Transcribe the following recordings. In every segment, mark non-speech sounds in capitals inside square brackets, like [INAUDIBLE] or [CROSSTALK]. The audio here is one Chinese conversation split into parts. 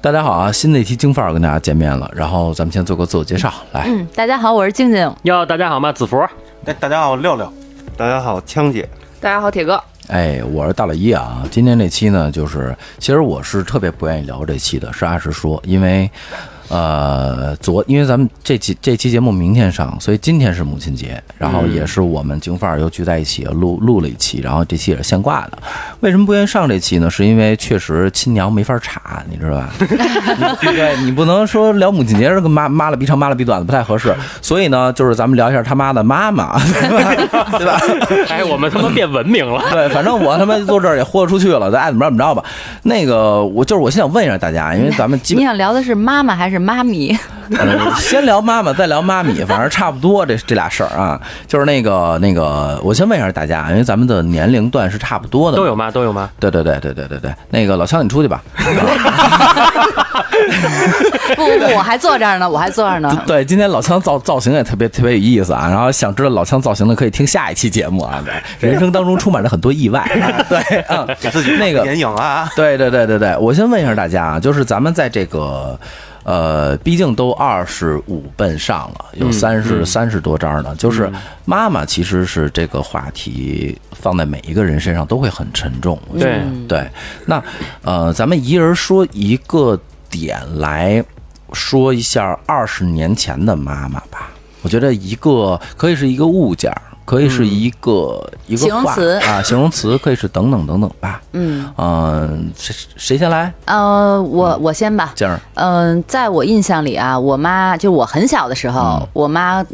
大家好啊，新的一期京范儿跟大家见面了，然后咱们先做个自我介绍，来，嗯，大家好，我是静静。哟，大家好嘛， [LAUGHS] 子佛，哎，大家好，我六六，大家啊好，枪姐，大家好，铁哥，哎，我是大老一啊，今天这期呢，就是其实我是特别不愿意聊这期的，实话实说，因为。呃，昨因为咱们这期这期节目明天上，所以今天是母亲节，然后也是我们京范儿又聚在一起录录了一期，然后这期也是现挂的。为什么不愿意上这期呢？是因为确实亲娘没法查，你知道吧？你对你不能说聊母亲节是个妈妈了逼长妈了逼短的不太合适，所以呢，就是咱们聊一下他妈的妈妈， [LAUGHS] 对吧？对吧哎，我们他妈变文明了， [LAUGHS] 对，反正我他妈坐这儿也豁得出去了，咱爱怎么着怎么着吧。那个，我就是我先想问一下大家，因为咱们基你本想聊的是妈妈还是妈 [LAUGHS] 咪？呃，先聊妈妈，再聊妈咪，反正差不多这这俩事儿啊，就是那个那个，我先问一下大家，因为咱们的年龄段是差不多的， [LAUGHS] 都有。嘛，都有嘛。对对对对对对对，那个老枪你出去吧。不不不，我还坐这儿呢，我还坐这儿呢。对，今天老枪造造型也特别特别有意思啊。然后想知道老枪造型的，可以听下一期节目啊。对，人生当中充满着很多意 [LAUGHS] 外。啊对，嗯，给自己那呃个眼影啊，对对对对对，我先问一下大家啊，就是咱们在这个，呃，毕竟都二十五奔上了，有三十三十多章呢，就是妈妈其实是这个话题放在每一个人身上都会很沉重，我觉得对，对。那呃，咱们一人说一个点来说一下二十年前的妈妈吧，我觉得一个可以是一个物件儿。可以是一个、一个形容话词啊，形容词可以是等等等等吧。 [LAUGHS] 嗯，嗯，谁谁先来？呃，我我先吧。静儿，嗯、在我印象里啊，我妈就我很小的时候，我妈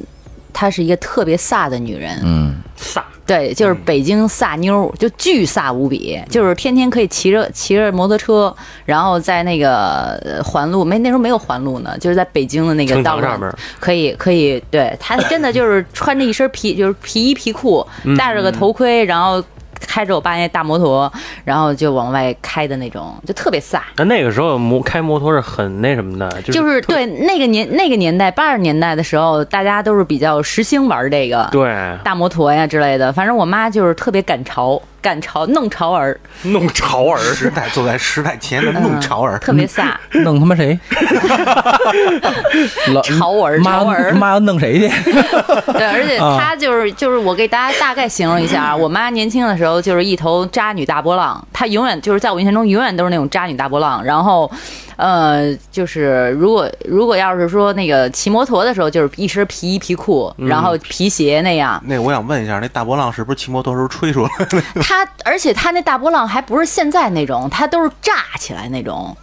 她是一个特别飒的女人，嗯，飒，对，就是嗯北京飒妞儿，就巨飒无比，就是天天可以骑嗯着骑着摩托车，然后在那个呃环路没那时候没有环路呢，就是在北京的那个城道墙路上面儿可以可以，对她真的就是穿着一身 [LAUGHS] 皮就是皮衣皮裤，嗯戴着个头盔，然后开着我爸那大摩托，然后就往外开的那种，就特别飒。那那个时候摩开摩托是很那什么的，就是就是特对那个年那个年代八十年代的时候，大家都是比较时兴玩这个，对大摩托呀之类的。反正我妈就是特别赶潮，赶潮弄潮儿，弄潮儿，嗯时代坐在时代前沿的弄潮儿，特别飒。弄他妈 [LAUGHS] 谁？老 [LAUGHS] 潮儿妈潮儿 [LAUGHS] 妈要弄谁去？对，而且她就是就是我给大家大概形容一下啊， [LAUGHS] 我妈年轻的时候就是一头渣女大波浪，她永远就是在我印象中永远都是那种渣女大波浪。然后，呃，就是如果如果要是说那个骑摩托的时候，就是一身皮衣皮裤，嗯然后皮鞋那样。那我想问一下，那大波浪是不是骑摩托时候吹 [LAUGHS] 出来的？ [LAUGHS] 他，而且他那大波浪还不是现在那种，他都是炸起来那种。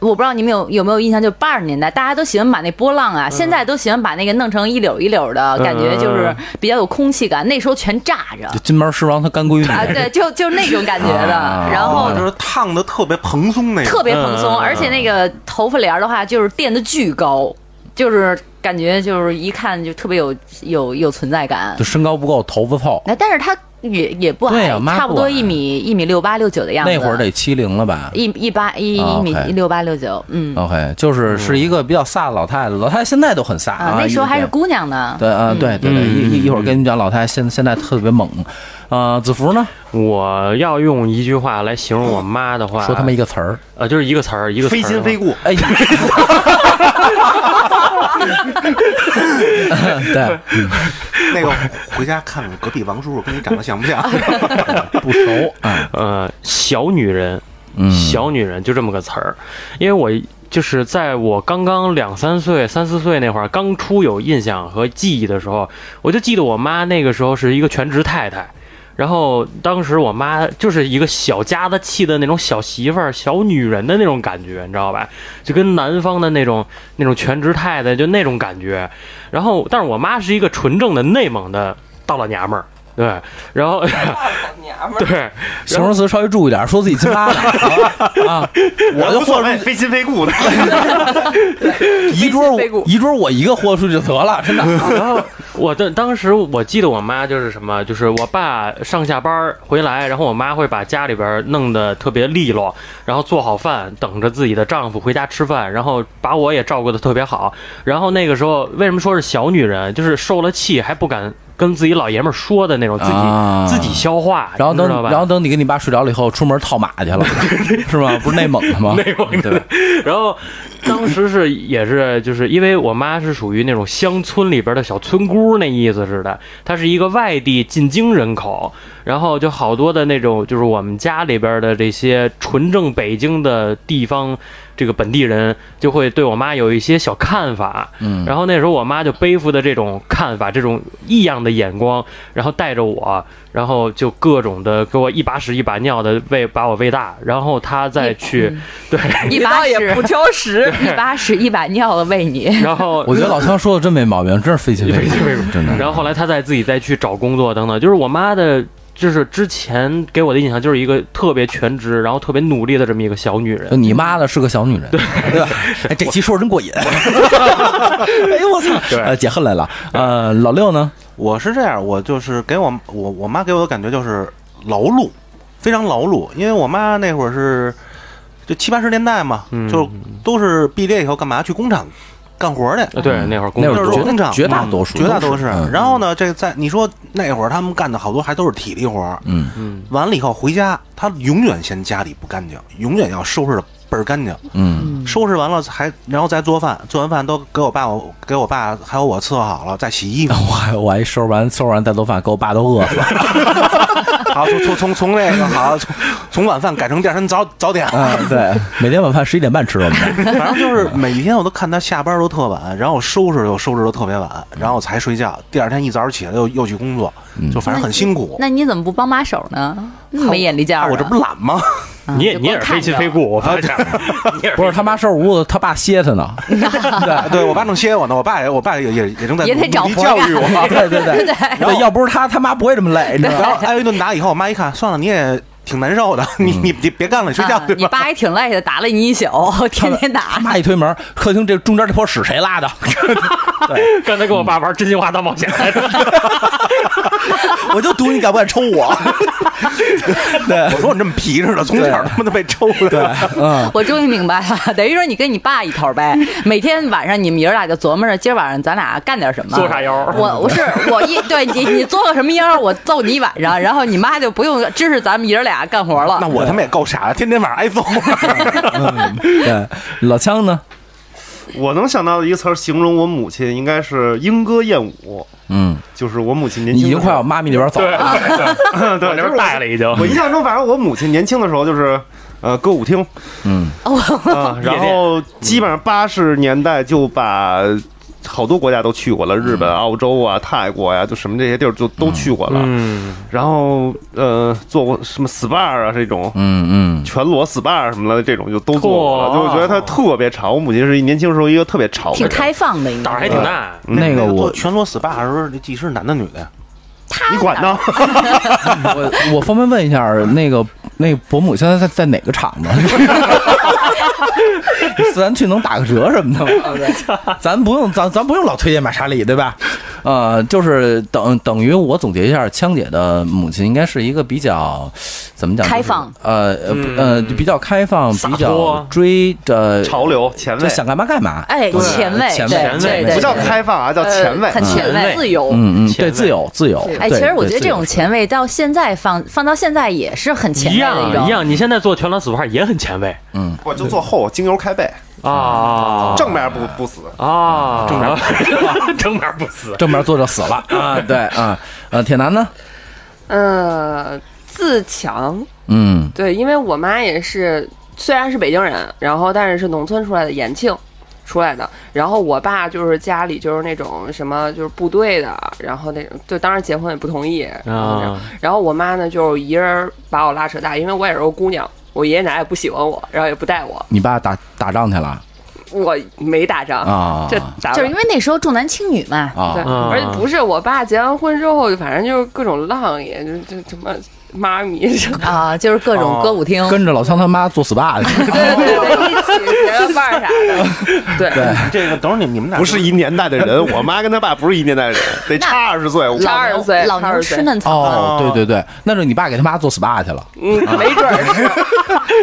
我不知道你们有有没有印象，就八十年代大家都喜欢把那波浪啊，现在都喜欢把那个弄成一绺一绺的，感觉就是比较有空气感。那时候全炸 [LAUGHS] 着金毛狮王他干闺啊，女，对，就就那种感觉的，啊然后就是烫的特别蓬松那哦特种，别蓬松，嗯嗯嗯而且那个头发帘儿的话，就是垫的巨高，就是感觉就是一看就特别有有有存在感就。身高不够，头发糙。那但是他也也不对矮，啊妈差不不多矮一米一米六八六九的样子。那会儿得七零了吧一一八一一米啊，OK 一六八六九，嗯？OK，就是是一个比较飒的老太太，老太太现在都很飒啊，那时候还是姑娘呢。对啊，对对对，一一一会儿跟你们讲，老太太现现在特别猛。啊，子福呢？我要用一句话来形容我妈的话， [LAUGHS] 说他妈一个词儿，呃，就是一个词儿，啊一个词儿非亲非故，哎， [LAUGHS] 对，那个回家看看隔壁王叔叔跟你长得像 [LAUGHS] 不像？不熟啊，呃，小女人，嗯，小女人就这么个词儿，因为我就是在我刚刚两三岁、三四岁那会儿，刚出有印象和记忆的时候，我就记得我妈那个时候是一个全职太太。然后当时我妈就是一个小家子气的那种小媳妇儿、小女人的那种感觉，你知道吧？就跟南方的那种那种全职太太就那种感觉。然后，但是我妈是一个纯正的内蒙的大老娘们儿，对。然后， [LAUGHS] 对，形容词稍微注意点，说自己亲妈 [LAUGHS] 的啊，我就无所豁出谓，非亲非故的。一桌非故一桌我一个豁出去就得了，真的。然后我的当时我记得我妈就是什么，就是我爸上下班儿回来，然后我妈会把家里边儿弄得特别利落，然后做好饭，等着自己的丈夫回家吃饭，然后把我也照顾得特别好。然后那个时候为什么说是小女人，就是受了气还不敢跟自己老爷们儿说的那种，自己、啊自己消化，然后你等知道吧？ [LAUGHS] 然后等你跟你爸睡着了以后，出门套马去了，是吗？不是内蒙的吗？内蒙对吧？ [LAUGHS] 然后当时是也是就是因为我妈是属于那种乡村里边的小村姑那意思似的，她是一个外地进京人口，然后就好多的那种就是我们家里边的这些纯正北京的地方这个本地人就会对我妈有一些小看法，嗯，然后那时候我妈就背负的这种看法、这种异样的眼光，然后带着我，然后就各种的给我一把屎一把尿的喂，把我喂大，然后她再去 [LAUGHS] 对。一你把倒也屎，不挑食 [LAUGHS] 一把屎一把尿的喂 [LAUGHS] 你，然后我觉得老枪说的真没毛病，真是非亲非非亲非故，故真的。然后后来他再自己再去找工作等等，就是我妈的，就是之前给我的印象就是一个特别全职，然后特别努力的这么一个小女就人。你妈的是个小女人，对吧？哎，这期说的真过瘾。哎呦我操！呃，解恨来了。呃，老六呢？我是这样，我就是给我我我妈给我的感觉就是劳碌，非常劳碌，因为我妈那会儿是就七八十年代嘛，嗯就都是毕业以后干嘛去工厂干活去，呃，对，那会儿工嗯那作会就儿是绝工厂绝大多数绝大多是是。。啊嗯然后呢，这在你说那会儿他们干的好多还都是体力活儿，嗯嗯，完了以后回家，他永远嫌家里不干净，永远要收拾的倍儿干净。嗯收拾完了还然后再做饭，做完饭都给我爸我给我爸还有我伺候好了，再 [LAUGHS] 洗衣服。我还我还收拾完收拾完再做饭，给我爸都饿死了。好，从从从从那个好，从从晚饭改成第二天早早点。啊，对，每天晚饭十一点半吃我们的。反正就是每一天我都看他下班都特晚，然后收拾又收拾的特别晚，然后才睡觉。第二天一早起来又又去工作，就反正很辛苦。那你怎么不帮把手呢？那么没眼力见啊儿我的，这不懒吗？啊你也就你也光是看非亲着非故，我发现你也 [LAUGHS] 不是他妈收拾屋子，他爸歇他 [LAUGHS] 呢。啊对，对我爸正歇我呢，我爸也我爸也也也正在也得努力找活教育我。 [LAUGHS] 对对对，对，要不是他，他妈不会这么累，你知道然吗？后哎挨一顿打以后，我妈一看，算了，你也挺难受的，你你你别干了，你睡觉啊对嗯你 [LAUGHS] 吧？爸也挺累的，打了你一宿，天天打他。妈一推门，客厅这中间这坨屎谁拉的？对， [LAUGHS] 刚才跟我爸玩真心话大冒险来着。我就赌你敢不敢抽 [LAUGHS] 我。对我说你这么皮似的，从小他妈都被抽对了。，嗯，我终于明白了，等于说你跟你爸一头呗，每天晚上你们爷儿俩就琢磨着今儿晚上咱俩干点什么，做啥妖儿我我是我一对你你做个什么妖儿，我揍你一晚上，然后你妈就不用支持咱们爷儿俩干活了那。我他妈也够傻，天天晚上挨揍。对，老枪呢？我能想到的一个词儿形容我母亲，应该是莺歌燕舞，嗯，就是我母亲年你轻已的时经候。快往妈咪那边走对了。快 [LAUGHS] 对，往那就是边我带了已经。我印象中，反正我母亲年轻的时候就是，呃，歌 [LAUGHS] 舞厅，嗯，啊，然后基本上八十年代就把好多国家都去过了，日本、澳洲啊、泰国呀、就什么这些地儿就都去过了。嗯，然后呃，做过什么 SPA 啊这种。嗯嗯，全裸 SPA 啊什么的这种就都做过了，嚯就我觉得她特别潮。我母亲是一年轻时候一个特别潮的挺人，开放的，应胆儿该还挺大。那个我全裸 SPA 时候，那技师男的女的呀？你管呢？我我方便问一下，那个那个伯母现在在在哪个厂呢？ [LAUGHS] 咱去能打个折什么的吗？咱不用，咱咱不用老推荐玛莎丽，对吧？呃，就是等等于我总结一下，枪姐的母亲应该是一个比较怎么讲？就是开放呃呃不呃，就比较开放，嗯洒比脱较追着潮流前就卫，想干嘛干嘛。哎，对呃前卫，前对卫对前卫对不叫对开放啊，叫呃前卫。很前前卫，卫自由。嗯嗯，前对，卫自由自由。哎，其对实我觉得对这种自由前卫到现在放放到现在也是很前一卫的样一种。样，你现在做全裸 SPA 也很前卫我就坐后，精油开背，啊，正面不不死。啊，正面 [LAUGHS] 正面不死，正面坐着死了啊，对啊，呃，铁男呢？呃，自强，嗯对，因为我妈也是，虽然是北京人，然后但是是农村出来的，延庆出来的。然后我爸就是家里就是那种什么就是部队的，然后那种就当时结婚也不同意，然后那种啊然后我妈呢就一人把我拉扯大，因为我也是个姑娘，我爷爷奶奶也不喜欢我，然后也不带我，，你爸打打仗去了我没打仗，啊？这打就是了因为那时候重男轻女嘛，对，啊，啊而且不是我爸结完婚之后，反正就是各种浪也就就什么妈咪什么，啊，就是各种歌舞厅，跟着老枪他妈做 SPA 去， [LAUGHS] 对对对，一起结个伴儿啥的，对。对这个等会儿你你们俩不是一年代的 [LAUGHS] 人，我妈跟她爸不是一年代的人，得差二十岁。我差二十岁老差牛二十岁吃嫩草。哦，对对对，那是你爸给他妈做 SPA 去了，嗯，没准儿是。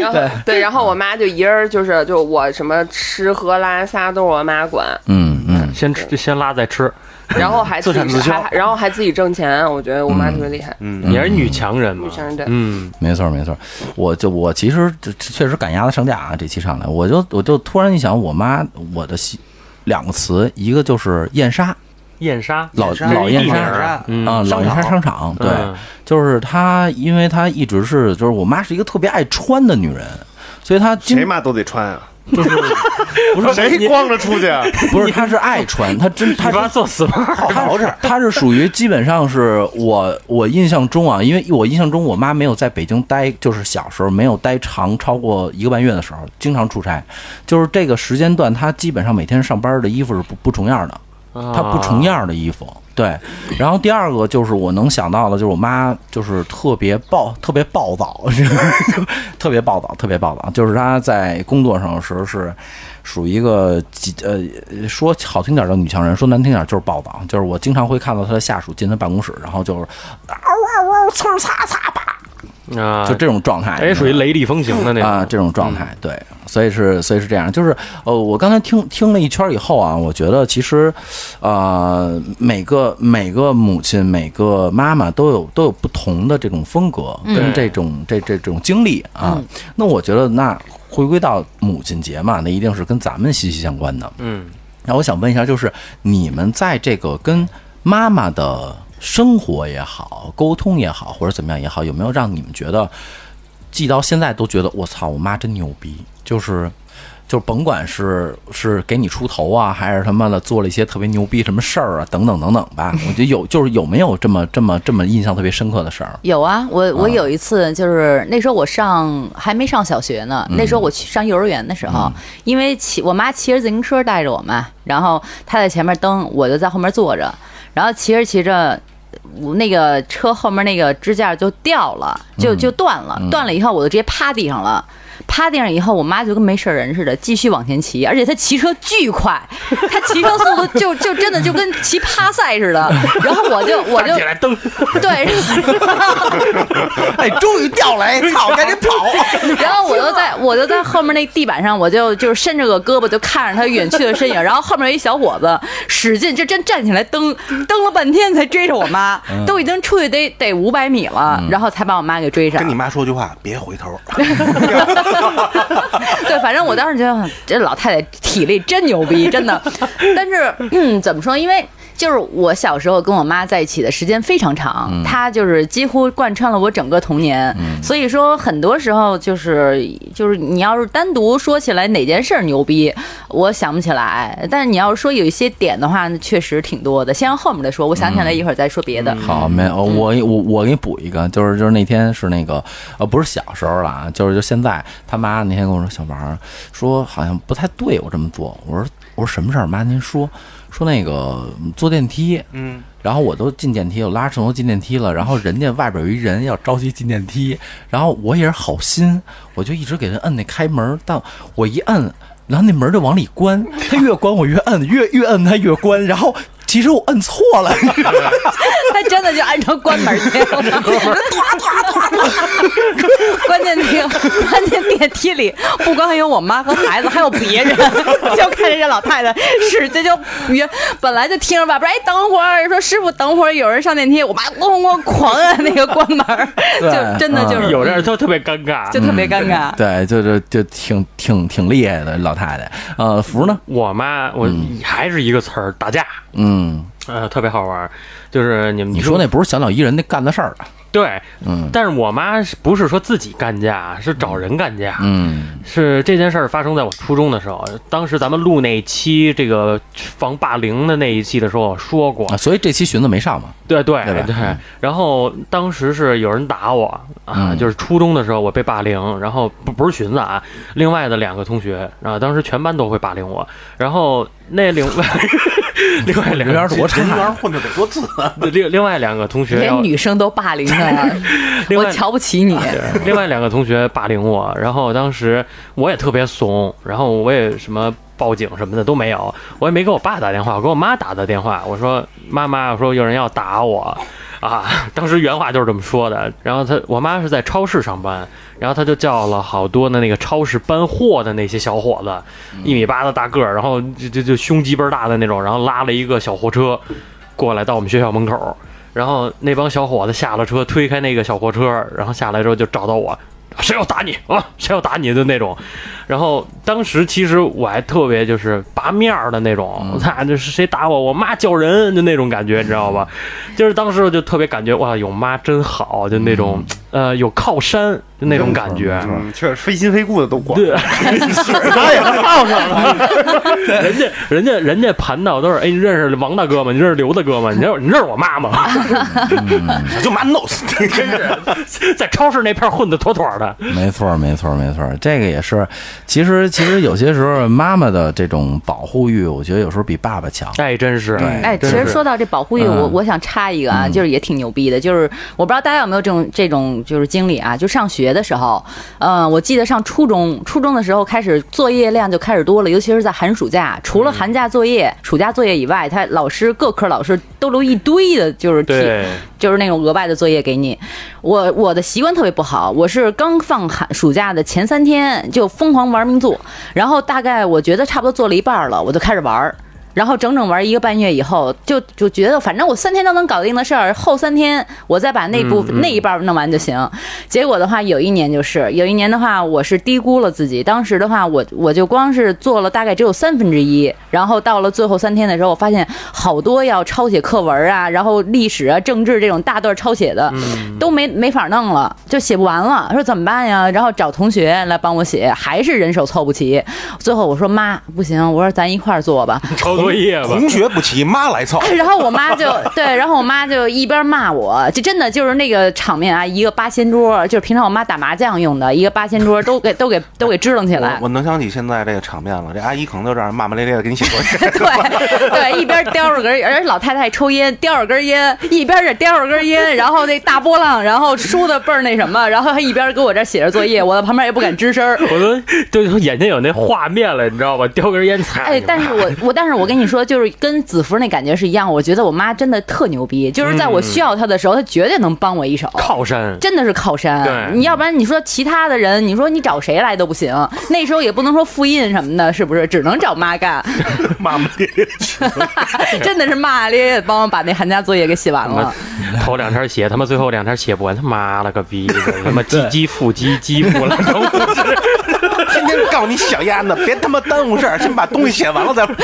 然后对，然后我妈就一人儿就是就我什么吃喝拉撒都是我妈管，嗯嗯，先吃先拉再吃，然后还自产自销还然后还自己挣钱，我觉得我妈特别厉害。嗯，也是女强人嘛，女强人对嗯，没错没错，我就我其实这这确实赶鸭子上架啊，这期上来，我就我就突然一想，我妈我的媳两个词，一个就是燕莎，燕莎，老燕莎老燕莎啊、嗯老燕莎商场，对，嗯就是她，因为她一直是就是我妈是一个特别爱穿的女人，所以她经谁妈都得穿啊， [LAUGHS] 不是谁光着出去 [LAUGHS] 啊？不是她是爱穿，她真她你真妈做 smart，好捯饬，他是属于基本上是我我印象中啊，因为我印象中我妈没有在北京待，就是小时候没有待长超过一个半月的时候，经常出差，就是这个时间段，她基本上每天上班的衣服是不不重样的，啊她不重样的衣服。对，然后第二个就是我能想到的，就是我妈就是特别暴，特别暴躁， [LAUGHS] 特别暴躁，特别暴躁。就是她在工作上的时候是属于一个极呃，说好听点儿叫女强人，说难听点儿就是暴躁。就是我经常会看到她的下属进她办公室，然后就是嗷嗷嗷，呲儿擦擦啪，啊，就这种状态。哎，属于雷厉风行的那种嗯啊，这种状态，对，所以是所以是这样，就是呃，我刚才听听了一圈以后啊，我觉得其实，呃，每个每个母亲、每个妈妈都有都有不同的这种风格嗯跟这种、这这种经历啊。那我觉得那回归到母亲节嘛，那一定是跟咱们息息相关的。嗯，那我想问一下，就是你们在这个跟妈妈的生活也好、沟通也好，或者怎么样也好，有没有让你们觉得，记到现在都觉得我操，我妈真牛逼？就是，就甭管是是给你出头啊，还是他妈的做了一些特别牛逼什么事儿啊，等等等等吧。我觉得有，就是有没有这么这么这么印象特别深刻的事儿？有啊，我我有一次就是那时候我上还没上小学呢，那嗯时候我去上幼儿园的时候，因为骑我妈骑着自行车带着我嘛，然后她在前面蹬，我就在后面坐着，然后骑着骑着。我那个车后面那个支架就掉了，就嗯就断了，断了以后我就直接趴地上了，趴地上以后，我妈就跟没事人似的，继续往前骑，而且她骑车巨快，她骑车速度就就真的就跟骑趴赛似的，然后我就我就 [LAUGHS] 站起来蹬，对，哎，终于掉 [LAUGHS] 了，哎，操，赶紧跑！ [LAUGHS] 然后我就在我就在后面那地板上，我就就是伸着个胳膊就看着他远去的身影，然 [LAUGHS] 后后面有一小伙子使劲就真站起来蹬，蹬了半天才追上我妈，都已经出去得得五百米了，然后才把我妈给追上跟。你妈说句话，别回 [LAUGHS] 头。 [LAUGHS] 对，反正我当时觉得这老太太体力真牛逼，真的。但是、嗯、怎么说？因为就是我小时候跟我妈在一起的时间非常长，她就是几乎贯穿了我整个童年。所以说，很多时候就是就是你要是单独说起来哪件事儿牛逼，我想不起来。但是你要是说有一些点的话，那确实挺多的。先让后面再说，我想起来一会儿再说别的。好，没有我我我给你补一个，就是就是那天是那个呃不是小时候了啊，就是就现在他妈那天跟我说小王儿说好像不太对我这么做，我说我说什么事儿妈您说说那个嗯坐电梯，嗯，然后我都进电梯，我拉着手头进电梯了，然后人家外边有一人要着急进电梯，然后我也是好心，我就一直给人摁那开门，但我一摁，然后那门就往里关，他越关我越摁，越越摁他越关，然后其实我摁错了。 [LAUGHS] 她真的就按照关门进了，[LAUGHS] [LAUGHS] 关键那个关键电梯里不光有我妈和孩子，还有别人， [LAUGHS] 就看着这老太太使劲就约，本来就听着外边哎等会儿说师傅等会儿有人上电梯，我妈咣咣狂按那个关门儿，对就真的就是嗯有嗯这都特别尴尬嗯就。特别尴尬。对，就就就挺挺挺厉害的老太太。呃，福呢？我妈，我还是一个词儿，打架，嗯，呃，特别好玩儿。就是你们你说那不是小鸟依人那干的事儿啊？对，嗯但是我妈是不是说自己干架，是找人干架。嗯是这件事儿发生在我初中的时候，当时咱们录那一期这个防霸凌的那一期的时候我说过啊，，所以这期寻子没上嘛？对对对吧嗯然后当时是有人打我啊，嗯就是初中的时候我被霸凌，然后不不是寻子啊，另外的两个同学啊，当时全班都会霸凌我，然后那另外 [LAUGHS] 另外两人缘个多人差，缘混的得多次， [LAUGHS] 另另外两个同学要连女生都霸凌他呀， [LAUGHS] 另我外瞧不起 [LAUGHS] 你。另外两个同学霸凌我，然后当时我也特别怂，然后我也什么报警什么的都没有，我也没给我爸打电话，我给我妈打的电话，我说妈妈，我说有人要打我。啊， [LAUGHS] 当时原话就是这么说的。然后他，我妈是在超市上班，然后他就叫了好多的那个超市搬货的那些小伙子，一米八的大个儿，然后就就就胸肌倍儿大的那种，然后拉了一个小货车，过来到我们学校门口，然后那帮小伙子下了车，推开那个小货车，然后下来之后就找到我，谁要打你啊？谁要打你的那种。然后当时其实我还特别就是拔面儿的那种， [LAUGHS] 我操，这是谁打我？我妈叫人就那种感觉，你知道吧？就是当时我就特别感觉哇，有妈真好，就那种、呃有靠山就那种感觉。嗯，确实非亲非故的都管，对，他也泡上了。人家人家人家盘道都是，哎，你认识王大哥吗？你认识刘大哥吗？你认识你认识我妈吗？ [LAUGHS] [LAUGHS] 就妈弄死你！真是在超市那片混的妥妥的。没错儿，没错儿，没错儿，这个也是。其实，其实有些时候，妈妈的这种保护欲，我觉得有时候比爸爸强。哎，真是，哎，其真实是说到这保护欲，我嗯我想插一个啊，就是也挺牛逼的，就是我不知道大家有没有这种这种就是经历啊，就上学的时候，嗯，我记得上初中，初中的时候开始作业量就开始多了，尤其是在寒暑假，除嗯了寒假作业、暑假作业以外，他老师各科老师都留一堆的，就是题对，就是那种额外的作业给你。我我的习惯特别不好，我是刚放寒暑假的前三天就疯狂玩命做，然后大概我觉得差不多做了一半了，我就开始玩儿。然后整整玩一个半月以后，就就觉得反正我三天都能搞定的事儿，后三天我再把那部分、那一半儿弄完就行。结果的话，有一年就是有一年的话，我是低估了自己。当时的话，我我就光是做了大概只有三分之一，然后到了最后三天的时候，我发现好多要抄写课文啊，然后历史啊、政治这种大段抄写的，都没没法弄了，就写不完了。说怎么办呀？然后找同学来帮我写，还是人手凑不齐。最后我说妈，不行，我说咱一块儿做吧。抄作业吧。同学不齐，妈来凑。 [LAUGHS] 然后我妈就对，然后我妈就一边骂我，就真的就是那个场面啊，一个八仙桌，就是平常我妈打麻将用的一个八仙桌，都给都给都给支棱起我来。我能想起现在这个场面了，这阿姨可能就这样骂骂咧咧的给你写作业。 [LAUGHS] 对 [LAUGHS] 对，一边叼着根儿，而且老太太抽烟，叼着根烟，一边是叼着根烟，然后那大波浪，然后梳的倍儿那什么，然后还一边给我这儿写着作业，我在旁边也不敢吱声 [LAUGHS] 儿。我都就眼睛有那画面了，你知道吧？叼根烟踩。哎，但是我我但是我跟你说，就是跟子福那感觉是一样，我觉得我妈真的特牛逼，就是在我需要她的时候，她绝对能帮我一手。靠山，真的是靠山。对你要不然你说其他的人，你说你找谁来都不行。那时候也不能说复印什么的，是不是？只能找妈干，骂骂咧咧，真的是骂咧咧帮我把那寒假作业给写完了。头两天写，他妈最后两天写不完，他妈了个逼的，他妈唧唧复唧唧复了，都 [LAUGHS] 不是天天告诉你小丫子，别他妈耽误事儿，先把东西写完了再玩。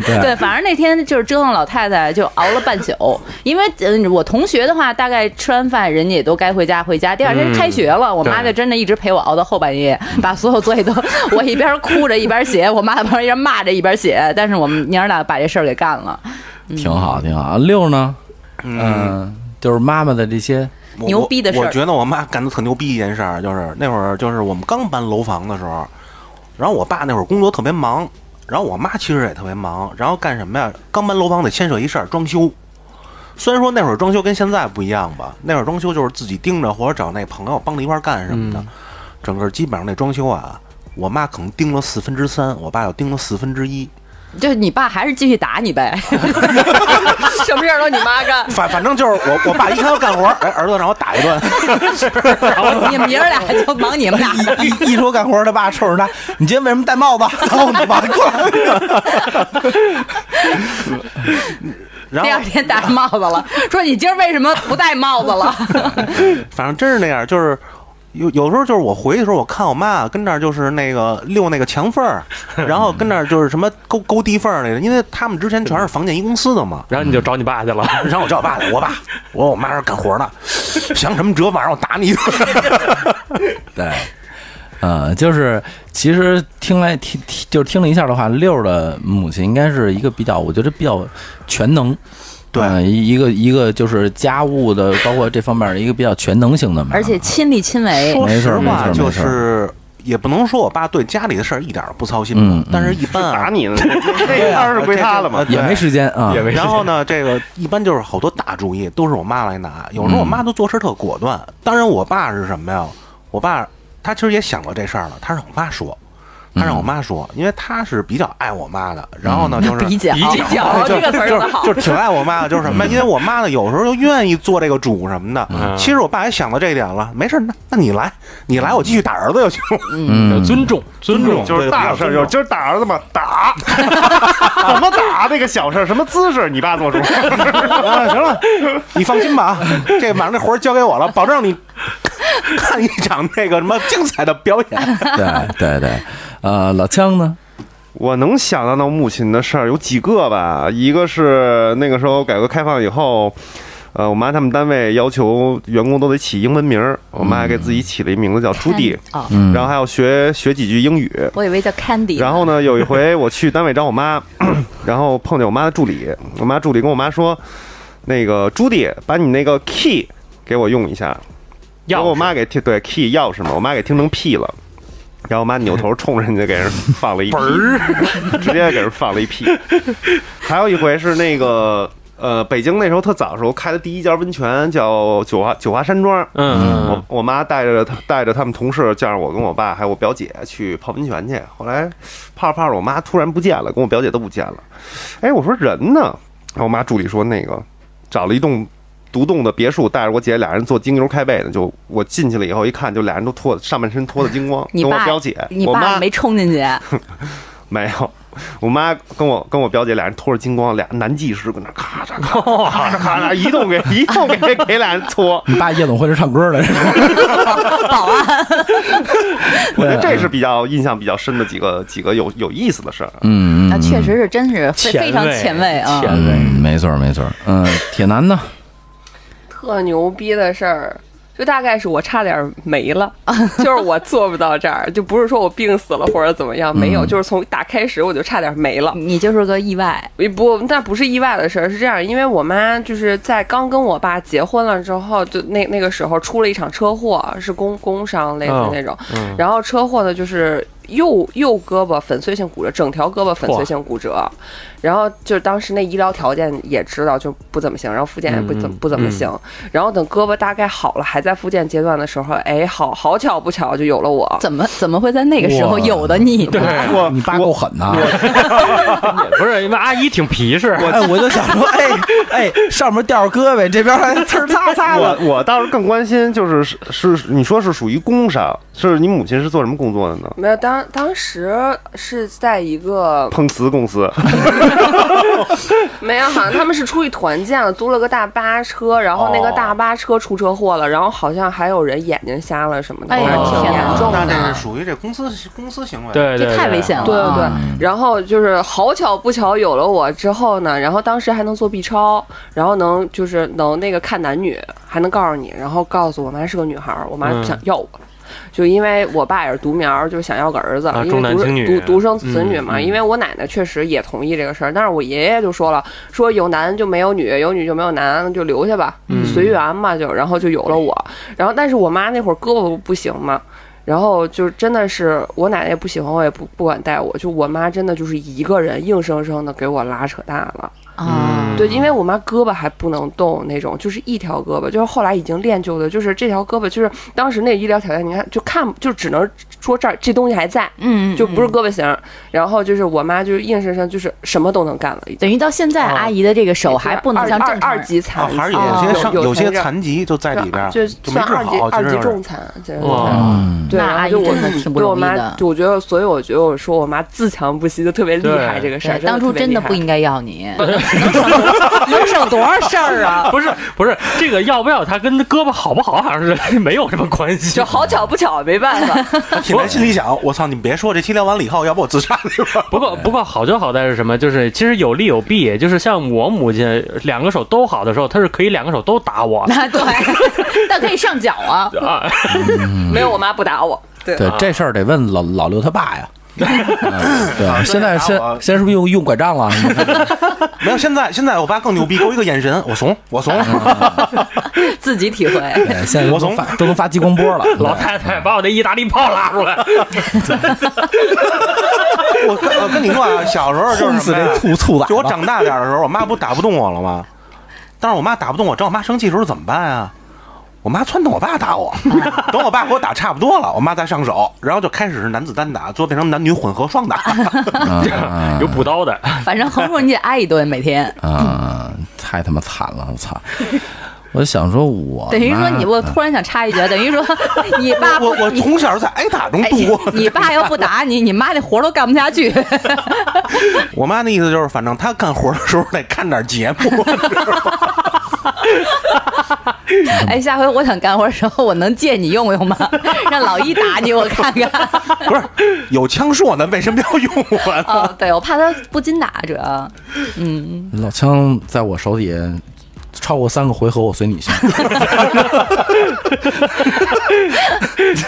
对对，反正那天就是折腾老太太，就熬了半宿。因为嗯，我同学的话，大概吃完饭人家也都该回家回家。第二天开学了，我妈对就真的一直陪我熬到后半夜，把所有作业都我一边哭着一边写，我妈在旁边骂着一边写。但是我们娘儿俩把这事儿给干了，挺好，挺好。啊六呢，嗯、就是妈妈的这些，我牛逼的事儿我。我觉得我妈干的特牛逼一件事儿，就是那会儿就是我们刚搬楼房的时候，然后我爸那会儿工作特别忙，然后我妈其实也特别忙，然后干什么呀？刚搬楼房得牵扯一事儿装修。虽然说那会儿装修跟现在不一样吧，那会儿装修就是自己盯着或者找那朋友帮着一块儿干什么的，整个基本上那装修啊，我妈可能盯了四分之三，我爸又盯了四分之一。。就是你爸还是继续打你呗， [LAUGHS] 什么事儿都你妈干反反正就是我我爸一看要干活，哎，儿子让我打一顿。 [LAUGHS] 你们爷儿俩就忙你们 [LAUGHS] 俩的。一一说干活，他爸臭着他：“你今天为什么戴帽子？ [LAUGHS] 操你妈！过来！” [LAUGHS] 然第二后，天戴上帽子了，说你今儿为什么不戴帽子了？反正真是那样，就是有有时候就是我回去的时候，我看我妈跟那儿就是那个溜那个墙缝儿，然后跟那儿就是什么勾勾地缝儿那个，因为他们之前全是房建一公司的嘛。 [LAUGHS] 然后你就找你爸去了。然后我叫我爸去，我爸，我说我妈这儿干活呢，想什么辙，晚上我打你一 [LAUGHS] 顿。对，嗯，就是其实听来听听就是听了一下的话，六的母亲应该是一个比较，我觉得比较全能。对嗯一一个一个就是家务的，包括这方面的一个比较全能型的嘛。 [LAUGHS] 而且亲力亲为，说哎没错实话，没错就没错是也不能说我爸对家里的事儿一点儿不操心嗯吧嗯，但是一般啊打你呢，啊这当然是归他了嘛。也没时间啊，也没然后呢，这个一般就是好多大主意都是我妈来拿，有时嗯候我妈都做事特果断。当然，我爸是什么呀？我爸他其实也想过这事儿了，他让我妈说，他让我妈说，因为他是比较爱我妈的。然后呢，就是嗯比较哦哎就这个词儿就用的好嗯就，就挺爱我妈的，就是什么，因为我妈呢有时候就愿意做这个主什么的。嗯其实我爸也想到这一点了，没事，那那你来，你来，我继续打儿子就行。嗯，尊重，尊重，就是大事儿，就是今儿打儿子嘛， [LAUGHS] 打，怎么打那个小事儿，什么姿势，你爸做 [LAUGHS] 主。啊，行了，你放心吧啊，这马上这活儿交给我了，保证你看一场那个什么精彩的表演。对对对，呃，老枪呢？我能想到闹母亲的事儿有几个吧，一个是那个时候改革开放以后，呃，我妈他们单位要求员工都得起英文名儿，我妈还给自己起了一名字叫朱棣，哦，嗯，然后还要学学几句英语。我以为叫 Candy，然后呢，有一回我去单位找我妈， [CLEARS THROAT] 然后碰见我妈的助理，我妈助理跟我妈说，那个朱棣，把你那个 key 给我用一下，结要果我妈给听对 key 钥匙嘛，我妈给听成屁了，然后我妈扭头冲人家给人放了一屁，直接给人放了一屁。还有一回是那个呃，北京那时候特早的时候开的第一家温泉叫九华九华山庄，嗯，我我妈带着她带着他们同事，叫上我跟我爸还有我表姐去泡温泉去。后来泡着泡着，我妈突然不见了，跟我表姐都不见了。哎，我说人呢？然后我妈助理说那个找了一栋独栋的别墅，带着我姐俩人做精油开背呢。就我进去了以后一看，就俩人都脱上半身脱的精光， [LAUGHS] 你跟我爸表姐，你我爸妈嗯没冲进去，没有。我妈跟我跟我表姐俩人脱着精光，俩男技师搁那咔嚓咔嚓咔嚓咔嚓，一动给一动给给俩人搓，你爸夜总会是唱歌的，是吧保安，我觉得这是比较印象比较深的几个几个有有意思的事儿。嗯，嗯那确实是真是非前卫非常前卫啊前。嗯，没错没错，嗯，铁男呢？特牛逼的事儿，就大概是我差点没了，就是我做不到这儿，就不是说我病死了或者怎么样，没有，就是从打开始我就差点没了。你就是个意外，也不，那不是意外的事儿，是这样，因为我妈就是在刚跟我爸结婚了之后，就那那个时候出了一场车祸，是工工伤类似哦那种，嗯嗯然后车祸呢就是右右胳膊粉碎性骨折，整条胳膊粉碎性骨折，然后就是当时那医疗条件也知道就不怎么行，然后复健也不怎嗯嗯不怎么行，然后等胳膊大概好了，还在复健阶段的时候，哎，好好巧不巧就有了我，怎么怎么会在那个时候哇有的你？对，我你爸够狠呐、嗯不是因为阿姨挺皮实，哎，我就想说，哎哎，上面吊着胳膊，这边还呲儿擦擦我的，我倒是更关心，就是是是你说是属于工伤，是你母亲是做什么工作的呢？没有当当时是在一个碰瓷公司，没有，好像他们是出去团建了，租了个大巴车，然后那个大巴车出车祸了，然后好像还有人眼睛瞎了什么的，哎呦反正挺天严哪重那的这。是属于这公司公司行为。，对对，这太危险了，对对对啊，然后就是好巧不巧有了我之后呢，然后当时还能做 B 超，然后能就是能那个看男女，还能告诉你，然后告诉我妈是个女孩儿，我妈嗯不想要我，就因为我爸也是独苗儿，就是想要个儿子，啊重因为男独轻女独独生子女嘛。嗯嗯因为我奶奶确实也同意这个事儿，但是我爷爷就说了，说有男就没有女，有女就没有男，就留下吧，嗯随缘吧，就然后就有了我。然后但是我妈那会儿胳膊不行嘛。然后就是真的是我奶奶也不喜欢我，也不不敢带我，就我妈真的就是一个人硬生生的给我拉扯大了。嗯嗯啊，对，因为我妈胳膊还不能动那种，就是一条胳膊，就是后来已经练就的，就是这条胳膊，就是当时那医疗条件，你看就看就只能说这儿这东西还在，嗯，就不是嗯。胳膊型儿。然后就是我妈就是硬生生就是什么都能干了，已经。等于到现在，哦阿姨的这个手还不能像啊二正常二人二级残啊，疾，还是哦有些伤有有些残障残疾就在里边儿，就就没算治二级好，二其级实就是重残，对哇，嗯，对，那然阿后姨就我真的挺不对我容易妈的，就我觉得，所以我觉得我说我妈自强不息就特别厉对害这个事儿，当初真的不该。应该要 [LAUGHS] 你， [LAUGHS] 能省能省多少事儿啊！ [LAUGHS] 不是不是，这个要不要他跟胳膊好不好好像是 [LAUGHS] 没有什么关系就。好巧不巧，没办 [LAUGHS] 法，挺在心里 [LAUGHS] 想，我操，你们别说，这期聊完了以后，要不我自杀去吧？不过不过好就好在是什么？就是其实有利有弊，就是像我母亲两个手都好的时候，她是可以两个手都打我那对， [LAUGHS] 但可以上脚啊，啊。嗯没有我妈不打我。对对，这事儿得问老老六他爸呀。嗯对，现在现现在是不是用用拐杖了？没有，现在现在我爸更牛逼，给我一个眼神，我怂，我怂。 [LAUGHS] 自己体会。对现在都我从能发都能发激光波了。老太太把我那意大利炮拉出来，我跟我跟你说啊，小时候就是轰什死么呀这兔兔崽就我子！长大点儿的时候，我妈不打不动我了吗？但是我妈打不动我，知道我妈生气的时候怎么办啊？我妈撺掇我爸打我， [LAUGHS] 等我爸给我打差不多了，我妈再上手，然后就开始是男子单打，最后变成男女混合双打。啊有补刀的，反正横竖你得挨一顿每天， [LAUGHS] 啊！嗯太他妈惨了，我操！ [LAUGHS] 我想说我，等于说你，我突然想插一句，啊等于说你爸不我我你从小在挨打中哎度你过。你爸要不打你，你妈那活儿都干不下去。 [LAUGHS] 我妈那意思就是，反正她干活的时候得看点节目。哎，下回我想干活的时候，我能借你用用吗？ [LAUGHS] 让老一打你，我看看。不是有枪说呢，为什么要用我呢？ [LAUGHS] 哦，对，我怕他不禁打，啊主要。老枪在我手底下超过三个回合，我随你姓。咱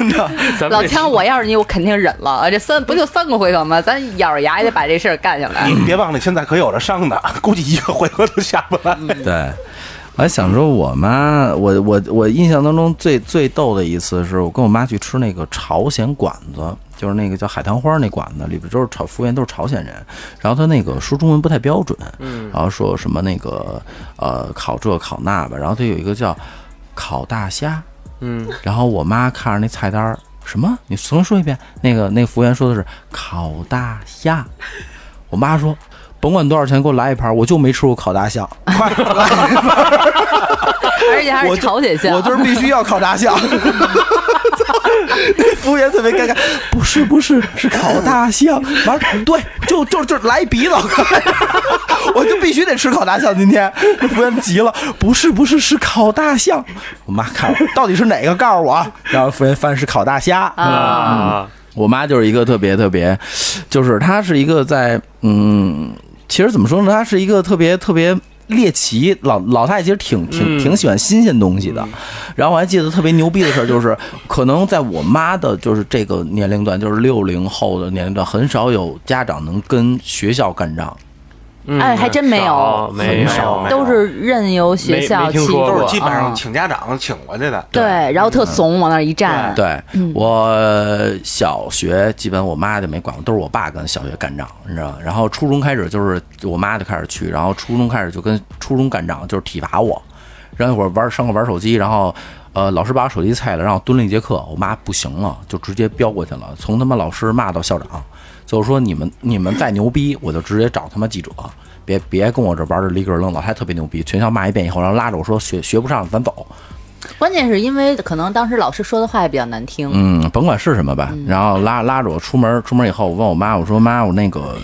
们老这枪，我要是你，我肯定忍了。这三不就三个回合吗？咱咬着牙也得把这事儿干下来。你别忘了，现在可有了伤的，估计一个回合都下不嗯来。对，我还想说我妈，我我我印象当中最最逗的一次是我跟我妈去吃那个朝鲜馆子，就是那个叫海棠花那馆子，里边都是朝服务员都是朝鲜人，然后他那个说中文不太标准，嗯，然后说什么那个呃烤这烤那吧，然后他有一个叫烤大虾，嗯，然后我妈看着那菜单儿。什么？你重新说一遍。那个那个服务员说的是烤大虾，我妈说甭管多少钱给我来一盘儿，我就没吃过烤大虾。而且还是朝鲜象。我就是必须要烤大象。 [LAUGHS] 那服务员特别尴尬，不是不是，是烤大象。完了，对，就就就来一鼻子， [LAUGHS] 我就必须得吃烤大象。今天那服务员急了，不是不是，是烤大象。我妈看我到底是哪个，告诉我啊。然后服务员翻是烤大虾。啊，我妈就是一个特别特别，就是她是一个在嗯，其实怎么说呢，她是一个特别特别猎奇老老太太，其实挺挺挺喜欢新鲜东西的。然后我还记得特别牛逼的事儿，就是可能在我妈的就是这个年龄段，就是六零后的年龄段，很少有家长能跟学校干仗。嗯哎还真没有少没很少有，没都是任由学校没没听欺说都过啊负是，基本嗯上请家长请过去的。对，然后特怂，往那儿一站。对、我小学基本我妈就没管过，都是我爸跟小学干仗，你知道吗？然后初中开始就是我妈就开始去，然后初中开始就跟初中干仗，就是体罚我。然后一会儿玩上课玩手机，然后呃老师把我手机菜了，让我蹲了一节课，我妈不行了，就直接飙过去了，从他妈老师骂到校长，就是说你们你们再牛逼，我就直接找他妈记者。别别跟我这玩这里个儿愣，老太太特别牛逼，全校骂一遍以后，然后拉着我说学学不上了，咱走。关键是因为可能当时老师说的话也比较难听。嗯，甭管是什么吧，然后拉拉着我出门，出门以后，我问我妈，我说妈，我那个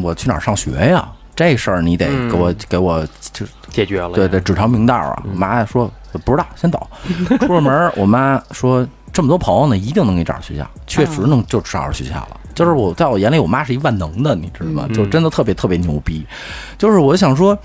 我去哪儿上学呀？这事儿你得给我、给我就解决了，对对指条明道啊。我妈说不知道，先走。 [LAUGHS] 出了门，我妈说这么多朋友呢，一定能给你找着学校，确实能就找着学校了。就是我在我眼里，我妈是一万能的，你知道吗？就真的特别特别牛逼。就是我想说，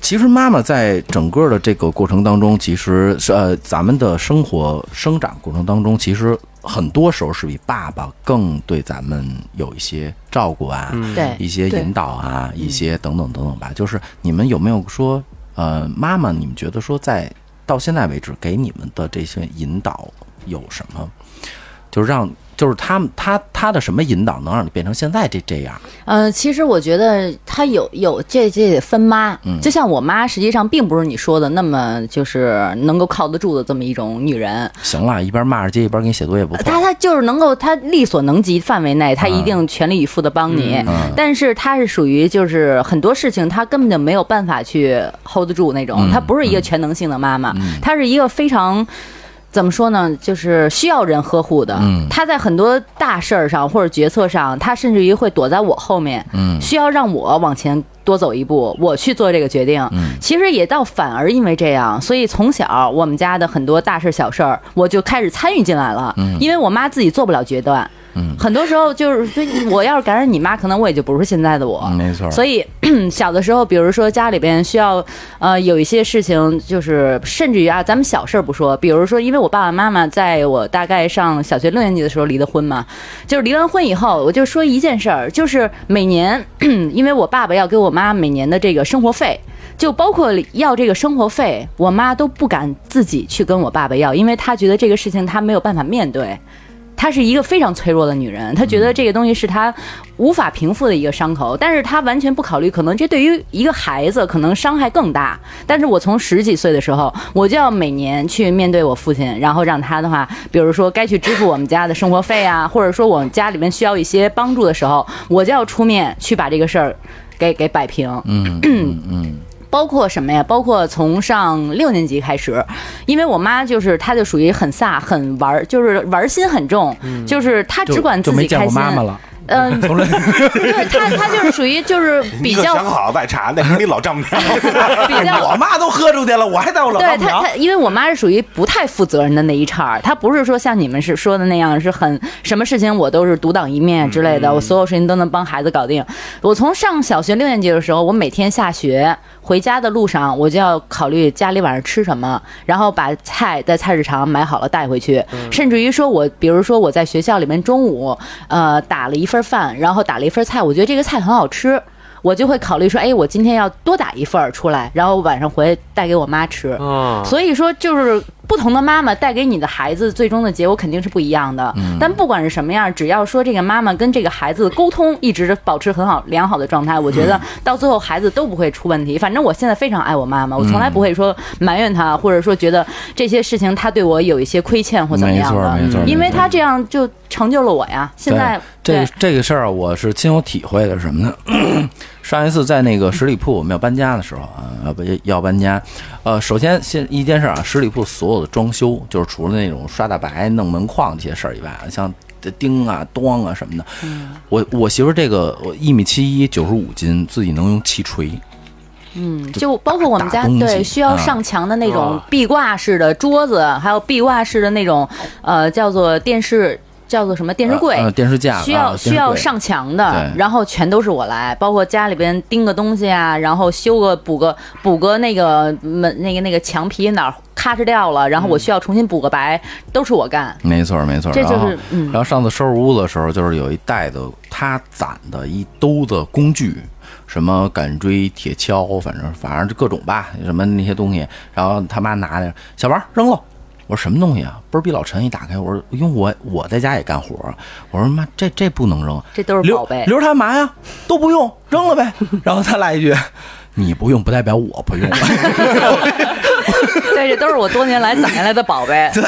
其实妈妈在整个的这个过程当中，其实是呃，咱们的生活生长过程当中，其实很多时候是比爸爸更对咱们有一些照顾啊，对嗯一些引导啊，一些等等等等吧。就是你们有没有说，呃，妈妈，你们觉得说在到现在为止给你们的这些引导有什么？就是让，就是他们他他的什么引导能让你变成现在这这样？嗯，其实我觉得他有有这这得分妈，就像我妈，实际上并不是你说的那么就是能够靠得住的这么一种女人。行了，一边骂着街一边给你写作业不她错。她就是能够，她力所能及范围内，她一嗯定全力以赴的帮你。嗯但是她是属于就是很多事情她根本就没有办法去 hold 得住那种，嗯她不是一个全能性的妈妈，她是一个非常。怎么说呢？就是需要人呵护的。嗯她在很多大事儿上或者决策上，她甚至于会躲在我后面，嗯需要让我往前多走一步，我去做这个决定。嗯其实也倒反而因为这样，所以从小我们家的很多大事小事儿，我就开始参与进来了。嗯因为我妈自己做不了决断，嗯很多时候就是所以我要是感染你妈，可能我也就不是现在的我。嗯，没错。所以 [CLEARS THROAT] 小的时候，比如说家里边需要，呃，有一些事情，就是甚至于啊，咱们小事儿不说，比如说，因为我爸爸妈妈在我大概上小学六年级的时候离的婚嘛，就是离完婚以后，我就说一件事儿，就是每年， [CLEARS THROAT] 因为我爸爸要给我妈每年的这个生活费。就包括要这个生活费，我妈都不敢自己去跟我爸爸要，因为她觉得这个事情她没有办法面对。她是一个非常脆弱的女人，她觉得这个东西是她无法平复的一个伤口，但是她完全不考虑，可能这对于一个孩子可能伤害更大。但是我从十几岁的时候，我就要每年去面对我父亲，然后让他的话，比如说该去支付我们家的生活费啊，或者说我们家里面需要一些帮助的时候，我就要出面去把这个事儿给给摆平。嗯嗯嗯，包括什么呀？包括从上六年级开始，因为我妈就是她就属于很飒、很玩儿，就是玩心很重，就是她只管就自没己见开过心。妈妈了， [LAUGHS] 嗯，从来对她她就是属于就是比你可较想好再查，那是你老丈母娘。 [LAUGHS] 比较我妈都喝出去了，我还带我老对丈母她娘。她，因为我妈是属于不太负责任的那一茬儿，她不是说像你们是说的那样，是很什么事情我都是独当一面之类的，我所有事情都能帮孩子搞定。我从上小学六年级的时候，我每天下学回家的路上，我就要考虑家里晚上吃什么，然后把菜在菜市场买好了带回去，甚至于说我，比如说我在学校里面中午，呃，打了一份饭，然后打了一份菜，我觉得这个菜很好吃。我就会考虑说，哎，我今天要多打一份儿出来，然后晚上回来带给我妈吃。嗯，所以说，就是不同的妈妈带给你的孩子最终的结果肯定是不一样的。嗯但不管是什么样，只要说这个妈妈跟这个孩子沟通一直保持很好良好的状态，我觉嗯得到最后孩子都不会出问题。反正我现在非常爱我妈妈，嗯我从来不会说埋怨她，或者说觉得这些事情她对我有一些亏欠或怎么没样错的，没错，因为没错她这样就成就了我呀。现在这对个这个事儿啊我是亲有体会的，是什么呢？ [CLEARS THROAT] 上一次在那个十里铺我们要搬家的时候啊，要搬要搬家，呃，首先先一件事啊，十里铺所有的装修，就是除了那种刷大白、弄门框这些事儿以外啊，像钉啊、咣啊什么的，嗯我我媳妇儿这个我一米七一，九十五斤，自己能用气锤，嗯就包括我们打家东西对需要啊上墙的那种啊壁挂式的桌子，还有壁挂式的那种呃叫做电视叫做什么电视柜呃，呃电视架需要、啊电视需要柜上墙的，对然后全都是我来，包括家里边钉个东西啊，然后修个补个补个那个门那个那个墙皮哪儿咔哧掉了，然后我需要重新补个白，都是我干。没错儿没错儿，这就是然后嗯然后上次收拾屋子的时候，就是有一袋子他攒的一兜子工具，什么杆锥、铁锹，反正反正就各种吧，什么那些东西。然后他妈拿着，小王扔了。我说什么东西啊？倍儿逼老陈一打开，我说因为我我在家也干活儿，我说妈这这不能扔，这都是宝留贝，留着它干嘛呀？都不用，扔了呗。然后他来一句：“你不用不代表我不用。”对，这都是我多年来攒下来的宝贝。对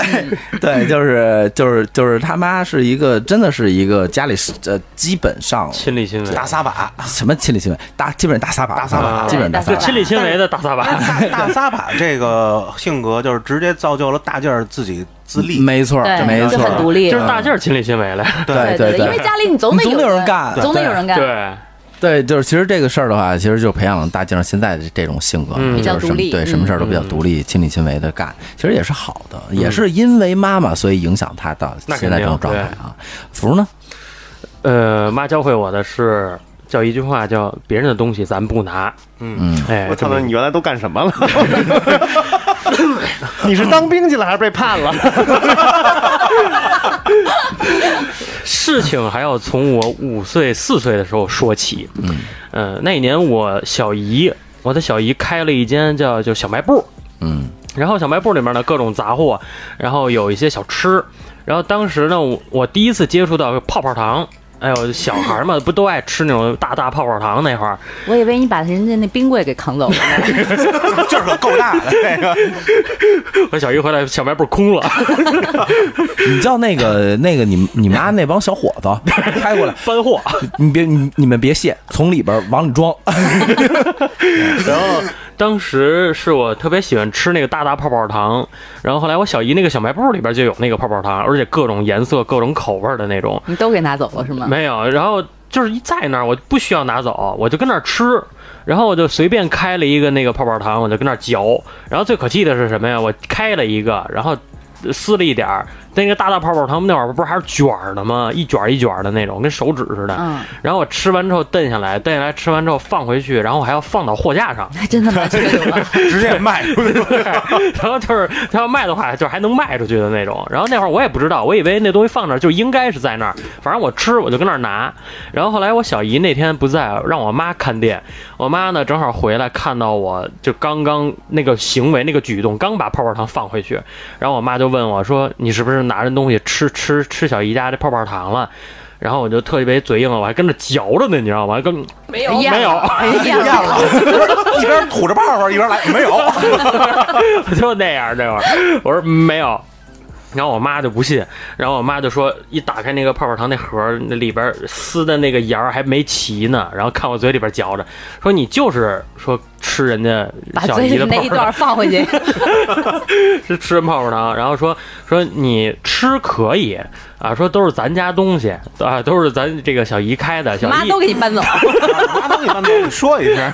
对，就是就是就是他妈是一个，真的是一个家里是呃基本上亲力亲为，大撒把，什么亲力亲为，大基本上大撒把，大撒把啊基本上大撒就把。亲力亲为的大撒把，大大撒把这个性格就是直接造就了大劲儿自己自立。没错对，，没就错，很独立。就是大劲儿亲力亲为了。 [LAUGHS] 对对对，因为家里你总得你总得有人干总得有人干。对，对，就是其实这个事儿的话，其实就培养了大劲儿现在的这种性格，嗯就是比较独立什么对，嗯什么事儿都比较独立，亲力亲为的干，其实也是好的，也是因为妈妈，所以影响他到那现肯定在这种状态啊。福呢？呃，妈教会我的是叫一句话，叫别人的东西咱不拿。嗯，嗯，哎，我这操！么你原来都干什么了？你是当兵去了还是被判了？事情还要从我五岁、四岁的时候说起。嗯，呃，那一年我小姨，我的小姨开了一间叫就小卖部，嗯然后小卖部里面呢各种杂货，然后有一些小吃，然后当时呢我我第一次接触到泡泡糖。哎呦，小孩儿嘛，不都爱吃那种大大泡泡糖？那会儿，我以为你把人家那冰柜给扛走了呢。 [LAUGHS] 劲儿可够大 [LAUGHS] 的这个。我小姨回来，小卖部空了， [LAUGHS] 你叫那 [LAUGHS] 个那个你你妈那帮小伙 [LAUGHS] 子开过来，搬货。你别你你们别卸，从里边往里装。然后当时是我特别喜欢吃那个大大泡泡糖，然后后来我小姨那个小卖部里边就有那个泡泡糖，而且各种颜色、各种口味儿的那种。你都给拿走了是吗？没有，然后就是一在那儿，我不需要拿走，我就跟那儿吃。然后我就随便开了一个那个泡泡糖，我就跟那儿嚼。然后最可气的是什么呀？我开了一个，然后撕了一点儿，那个大大泡泡糖那会儿不是还是卷儿的吗？一卷儿一卷儿的那种，跟手指似的。嗯，然后我吃完之后蹬下来，蹬下来吃完之后放回去，然后我还要放到货架上。还真他妈缺德了。直接卖出去。然后就是他要卖的话，就是还能卖出去的那种。然后那会儿我也不知道，我以为那东西放那儿就应该是在那儿，反正我吃我就跟那儿拿。然后后来我小姨那天不在，让我妈看店，我妈呢正好回来看到我就刚刚那个行为那个举动，刚把泡泡糖放回去，然后我妈就问我说：“你是不是拿着东西吃吃吃小姨家这泡泡糖了，然后我就特别嘴硬了，我还跟着嚼着呢，你知道吗？跟 [LAUGHS] 没有没有，厌了，一边吐着泡泡一边来，没有，我 [LAUGHS] 就那样那会儿，我说没有。然后我妈就不信，然后我妈就说，一打开那个泡泡糖那盒儿，那里边儿撕的那个沿儿还没齐呢，然后看我嘴里边嚼着，说你就是说吃人家把小嘴姨里的泡那一泡糖 [LAUGHS] 段放回去，是吃人泡泡糖，然后说说你吃可以啊，说都是咱家东西啊，都是咱这个小姨开的，小妈姨都给你搬走。 [LAUGHS] 妈都给搬走，你说一声。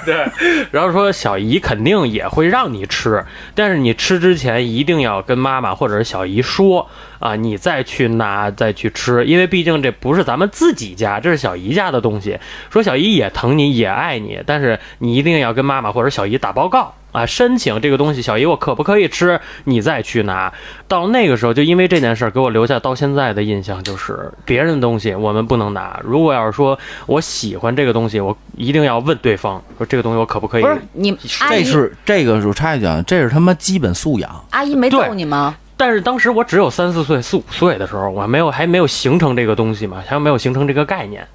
然后说小姨肯定也会让你吃，但是你吃之前一定要跟妈妈或者是小姨说啊，你再去拿再去吃，因为毕竟这不是咱们自己家，这是小姨家的东西。说小姨也疼你，也爱你，但是你一定要跟妈妈或者小姨打报告。啊，申请这个东西，小姨我可不可以吃？你再去拿。到那个时候，就因为这件事儿给我留下到现在的印象，就是别人的东西我们不能拿。如果要是说我喜欢这个东西，我一定要问对方说这个东西我可不可以不是你阿这姨是这个我插一句啊，这是他妈基本素养。阿姨没揍对你吗？但是当时我只有三四岁、四五岁的时候，我还没有还没有形成这个东西嘛，还没有形成这个概念。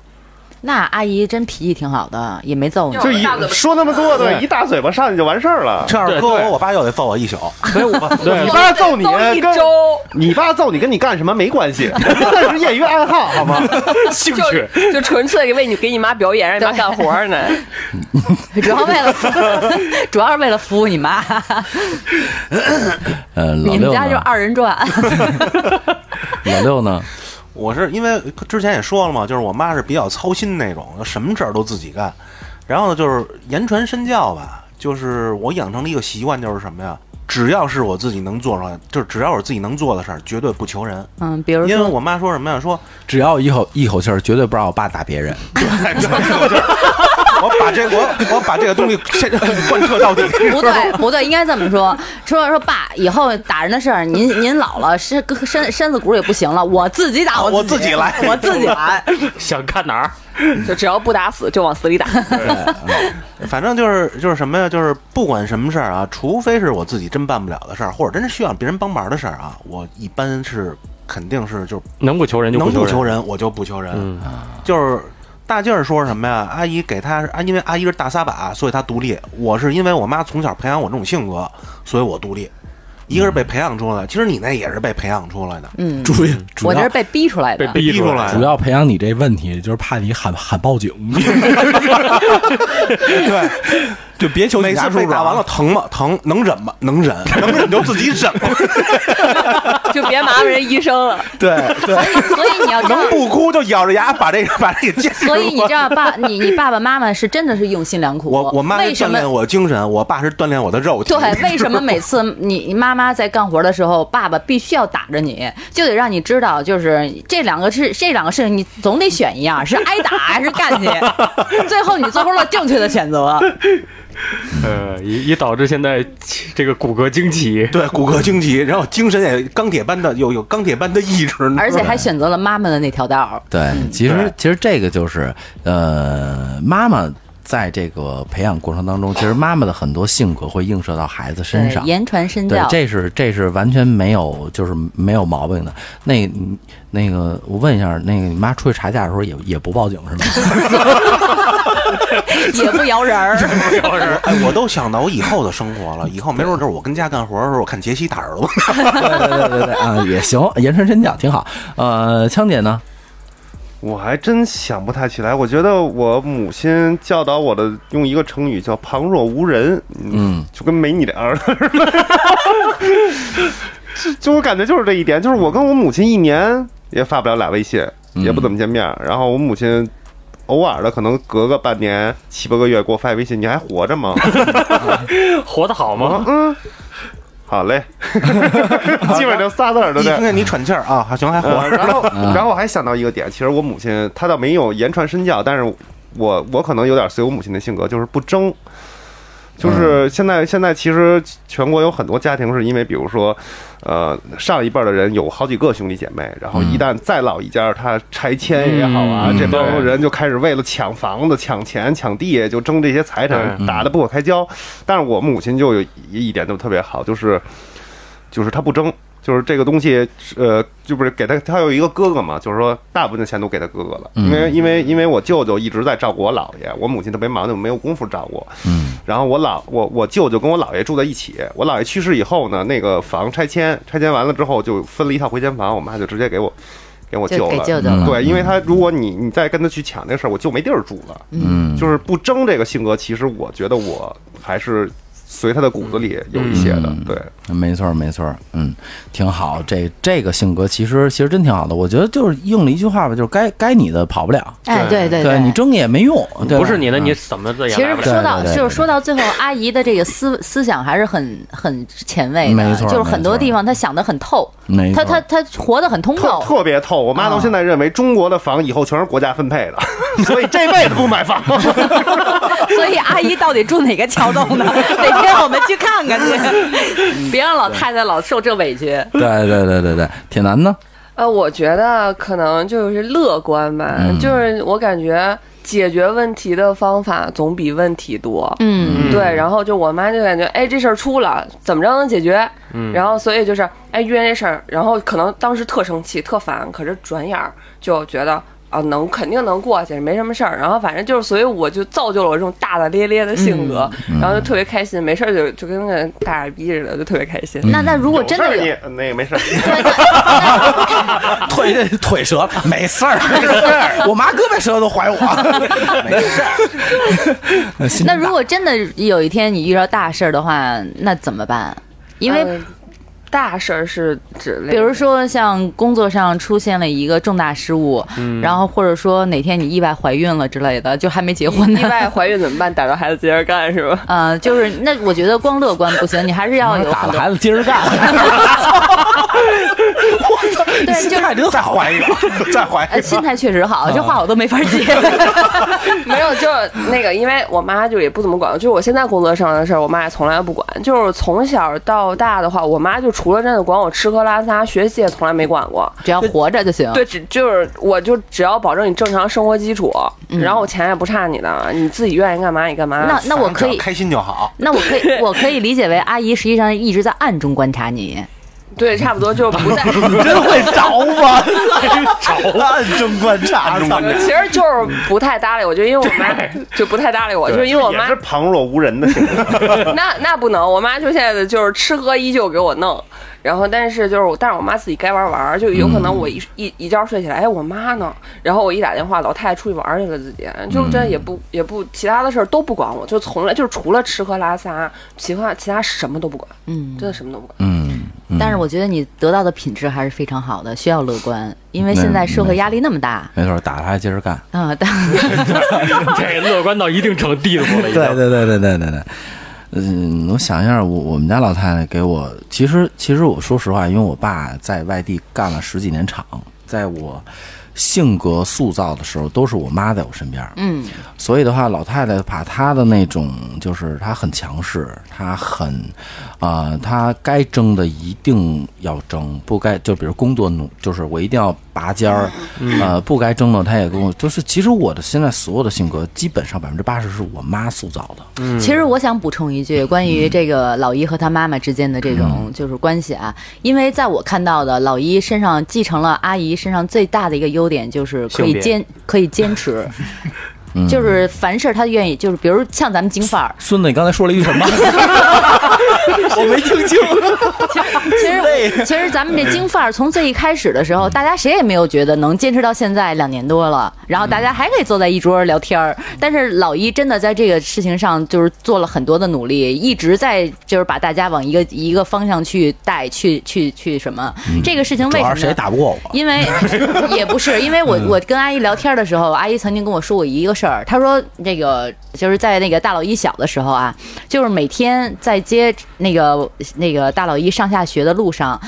那阿姨真脾气挺好的，也没揍你。就一大嘴巴说那么多，对，对一大嘴巴上去就完事儿了。这要是搁我，我爸又得揍我一宿。所以我，对你爸揍你揍一跟周，你爸揍你跟你干什么没关系， [LAUGHS] 那是业余爱好，好吗？兴趣就就纯粹为你给你妈表演，让你妈干活 [LAUGHS] 儿呢。主要为了 [LAUGHS] 服，主要是为了服务你妈。呃，老你们六家就是呢？二人转，老六呢？我是因为之前也说了嘛，就是我妈是比较操心那种，什么事儿都自己干。然后呢，就是言传身教吧，就是我养成了一个习惯，就是什么呀？只要是我自己能做出来，就是只要我自己能做的事儿，绝对不求人。嗯，比如因为说我妈说什么呀？说 [LAUGHS] 只要一口一口气儿，绝对不让我爸打别人。我把这我我把这个东西先贯彻到底。 [LAUGHS] 不对，不对，应该这么说。说说爸，以后打人的事儿，您您老了，身身身子骨也不行了，我自己打我自自己来我自己来。想看哪儿？就只要不打死，就往死里打。反正就是就是什么呀？就是不管什么事儿啊，除非是我自己真办不了的事儿，或者真是需要别人帮忙的事儿啊，我一般是肯定是就能不求人就能不不求人。人我就不求人。啊嗯，就是大劲儿说什么呀？阿姨给她啊，因为阿姨是大撒把，所以她独立。我是因为我妈从小培养我这种性格，所以我独立。一个是被嗯培养出来的，其实你那也是被培养出来的。嗯，主要主我这要是被逼出来被的。逼逼出来主要培养你这问题，就是怕你喊喊报警。对，就别求每次被打完了，疼吗？疼，能忍吗？能忍，能忍就自己忍。 [LAUGHS] 就别麻烦人医生了。对 [LAUGHS] 对，所以你要知道 [LAUGHS] 能不哭就咬着牙把这个把这 [LAUGHS] 个坚持住。所以你知道爸，你你爸爸妈妈是真的是用心良苦。我我妈是为锻什么炼我精神，我爸是锻炼我的肉体。对，为什么每次你你妈妈在干活的时候，爸爸必须要打着你，就得让你知道，就是这两个是这两个事情，你总得选一样，是挨打还是干 [LAUGHS] 去？最后你做出了正确的选择。呃，也也导致现在这个骨骼惊奇。 [LAUGHS] 对骨骼惊奇，然后精神也钢铁般的有有钢铁般的意志，而且还选择了妈妈的那条道儿。 [LAUGHS] 对，其实对其实这个就是呃，妈妈在这个培养过程当中，其实妈妈的很多性格会映射到孩子身上对。言传身对教，。这是这是完全没有就是没有毛病的。那那个，我问一下，那个你妈出去查价的时候也也不报警是吗？也不摇 [LAUGHS] 人 [LAUGHS] 儿。哎，我都想到我以后的生活了，以后没准儿就是我跟家干活的时候，我看杰西打儿子。对 [LAUGHS] 对对对啊，也行，言传身教挺好。呃，枪姐呢？我还真想不太起来。我觉得我母亲教导我的用一个成语叫“旁若无人”，嗯，就跟没你这样似的。 [LAUGHS] 就就我感觉就是这一点，就是我跟我母亲一年也发不了俩微信，也不怎么见面。然后我母亲偶尔的可能隔个半年七八个月给我发一微信：“你还活着吗活得好？”我说吗？嗯，好嘞，基本就仨字儿，对一不对听？ [LAUGHS] 见你喘气儿啊，还行，还活呃着。然后，嗯然后我还想到一个点，其实我母亲她倒没有言传身教，但是我我可能有点随我母亲的性格，就是不争。嗯就是现在，现在其实全国有很多家庭是因为，比如说，呃，上一辈儿的人有好几个兄弟姐妹，然后一旦再老一家，他拆迁也好啊，嗯这帮对人就开始为了抢房子、抢钱、抢地，就争这些财产，对打得不可开交。但是我母亲就有一一点就特别好，就是就是她不争，就是这个东西，呃，就不是给他，他有一个哥哥嘛，就是说大部分的钱都给他哥哥了，因为因为因为我舅舅一直在照顾我姥爷，我母亲特别忙，就没有功夫照顾我。嗯然后我姥我我舅舅跟我姥爷住在一起，我姥爷去世以后呢，那个房拆迁，拆迁完了之后就分了一套回迁房，我妈就直接给我给我就舅给了。舅舅嗯了。对，因为他如果你你再跟他去抢这个事儿，我就没地儿住了。嗯，就是不争这个性格，其实我觉得我还是随他的骨子里有一些的。嗯对，没错儿没错儿，嗯，挺好。这这个性格其实其实真挺好的，我觉得就是应了一句话吧，就是该该你的跑不了，哎，对对你争也没用，对吧不是你的，嗯你怎么的也其来实不了。说到对对对就是说到最后，阿姨的这个思思想还是很很前卫没的，错就是没很多错地方她想的很透，嗯没她错她儿她活得很通特透。特别透。我妈到现在认为中国的房以后全是国家分配的，所以这辈子不买房。所以阿姨到底住哪个 [LAUGHS] 桥洞呢？哪天我们去看看去，别让老太太老受这委屈。对对对对对，铁男呢？呃，我觉得可能就是乐观吧，嗯就是我感觉解决问题的方法总比问题多。嗯，对，然后就我妈就感觉，哎，这事儿出了，怎么着能解决？嗯然后所以就是，哎，遇见这事儿，然后可能当时特生气、特烦，可是转眼儿就觉得啊，能肯定能过去，没什么事儿。然后反正就是，所以我就造就了我这种大大咧咧的性格，嗯然后就特别开心，没事儿就就跟个大耳逼似的，就特别开心。那那如果真的 [LAUGHS] 有有，事儿你那个没事儿，腿腿折了，没事儿，没事儿。 [LAUGHS] 我妈胳膊折都 [LAUGHS] 怀我，没事 [LAUGHS] 儿。那如果真的有一天你遇到大事儿的话，那怎么办？因为呃大事儿是指，比如。说像工作上出现了一个重大失误，嗯然后或者说哪天你意外怀孕了之类的，就还没结婚意呢。外怀孕怎么办？逮着孩子接着干是吧？ [LAUGHS] 呃，就是那我觉得光乐观不行，你还是要有打很了多孩子接着干， [LAUGHS] 我操！对就是态真再怀一个，再怀呃心态确实好，这啊话我都没法 [LAUGHS] 接。 [LAUGHS] 没有，就是那个，因为我妈就也不怎么管，就是我现在工作上的事儿，我妈也从来不管。就是从小到大的话，我妈就除了真的管我吃喝拉撒、学习，也从来没管过。只要活着就行。对，只就是我就只要保证你正常生活基础，然后我钱也不差你的，你自己愿意干嘛你干嘛。那那我只可要以，开心就好。那我可以，我可以理解为阿姨实际上一直在暗中观察你。对，差不多就不 [LAUGHS] 在。真会着吗？着暗中观 [LAUGHS] 察，暗中观察其实就是不太搭理我，就因为我妈就不太搭理我，就是因为我也妈是旁若无人的性格。那那不能，我妈就现在的就是吃喝依旧给我弄，然后但是就是我，但是我妈自己该玩玩儿，就有可能我一、一一觉睡起来，哎，我妈呢？然后我一打电话，老太太出去玩儿去了，自己就真的也不、也不其他的事儿都不管我，就从来就是除了吃喝拉撒，其他其他什么都不管，嗯，真的什么都不管。 [LAUGHS] 嗯，但是我觉得你得到的品质还是非常好的，需要乐观，嗯因为现在社会压力那么大。没错，打了还接着干。啊、但 [LAUGHS] 这乐观到一定程地步了，已经。对对对对对对对。嗯，我想一下，我我们家老太太给我，其实其实我说实话，因为我爸在外地干了十几年厂，在我性格塑造的时候，都是我妈在我身边。嗯，所以的话，老太太把她的那种，就是她很强势，她很，啊、她该争的一定要争，不该就比如工作努，就是我一定要拔尖儿，呃，不该争的她也跟我，就是其实我的现在所有的性格，基本上百分之八十是我妈塑造的，嗯其实我想补充一句，关于这个老一和他妈妈之间的这嗯种就是关系啊，因为在我看到的，老一身上继承了阿姨身上最大的一个优点，就是可性以别 [LAUGHS] 嗯坚可以坚持，就是凡事他愿意，就是比如像咱们京范儿，孙子，你刚才说了一句什么？我没听清。其实，其实咱们这京范儿从最一开始的时候，大家谁也没有觉得能坚持到现在两年多了，然后大家还可以坐在一桌儿聊天儿。但是老一真的在这个事情上就是做了很多的努力，一直在就是把大家往一个一个方向去带，去去去什么？这个事情嗯主为什要么是谁呢？打不过我？因 [LAUGHS] 为也不是，因为我嗯我跟阿姨聊天的时候，阿姨曾经跟我说过一个事儿，她说那个就是在那个大老一小的时候啊，就是每天在接那个那个大老一上下学的路上。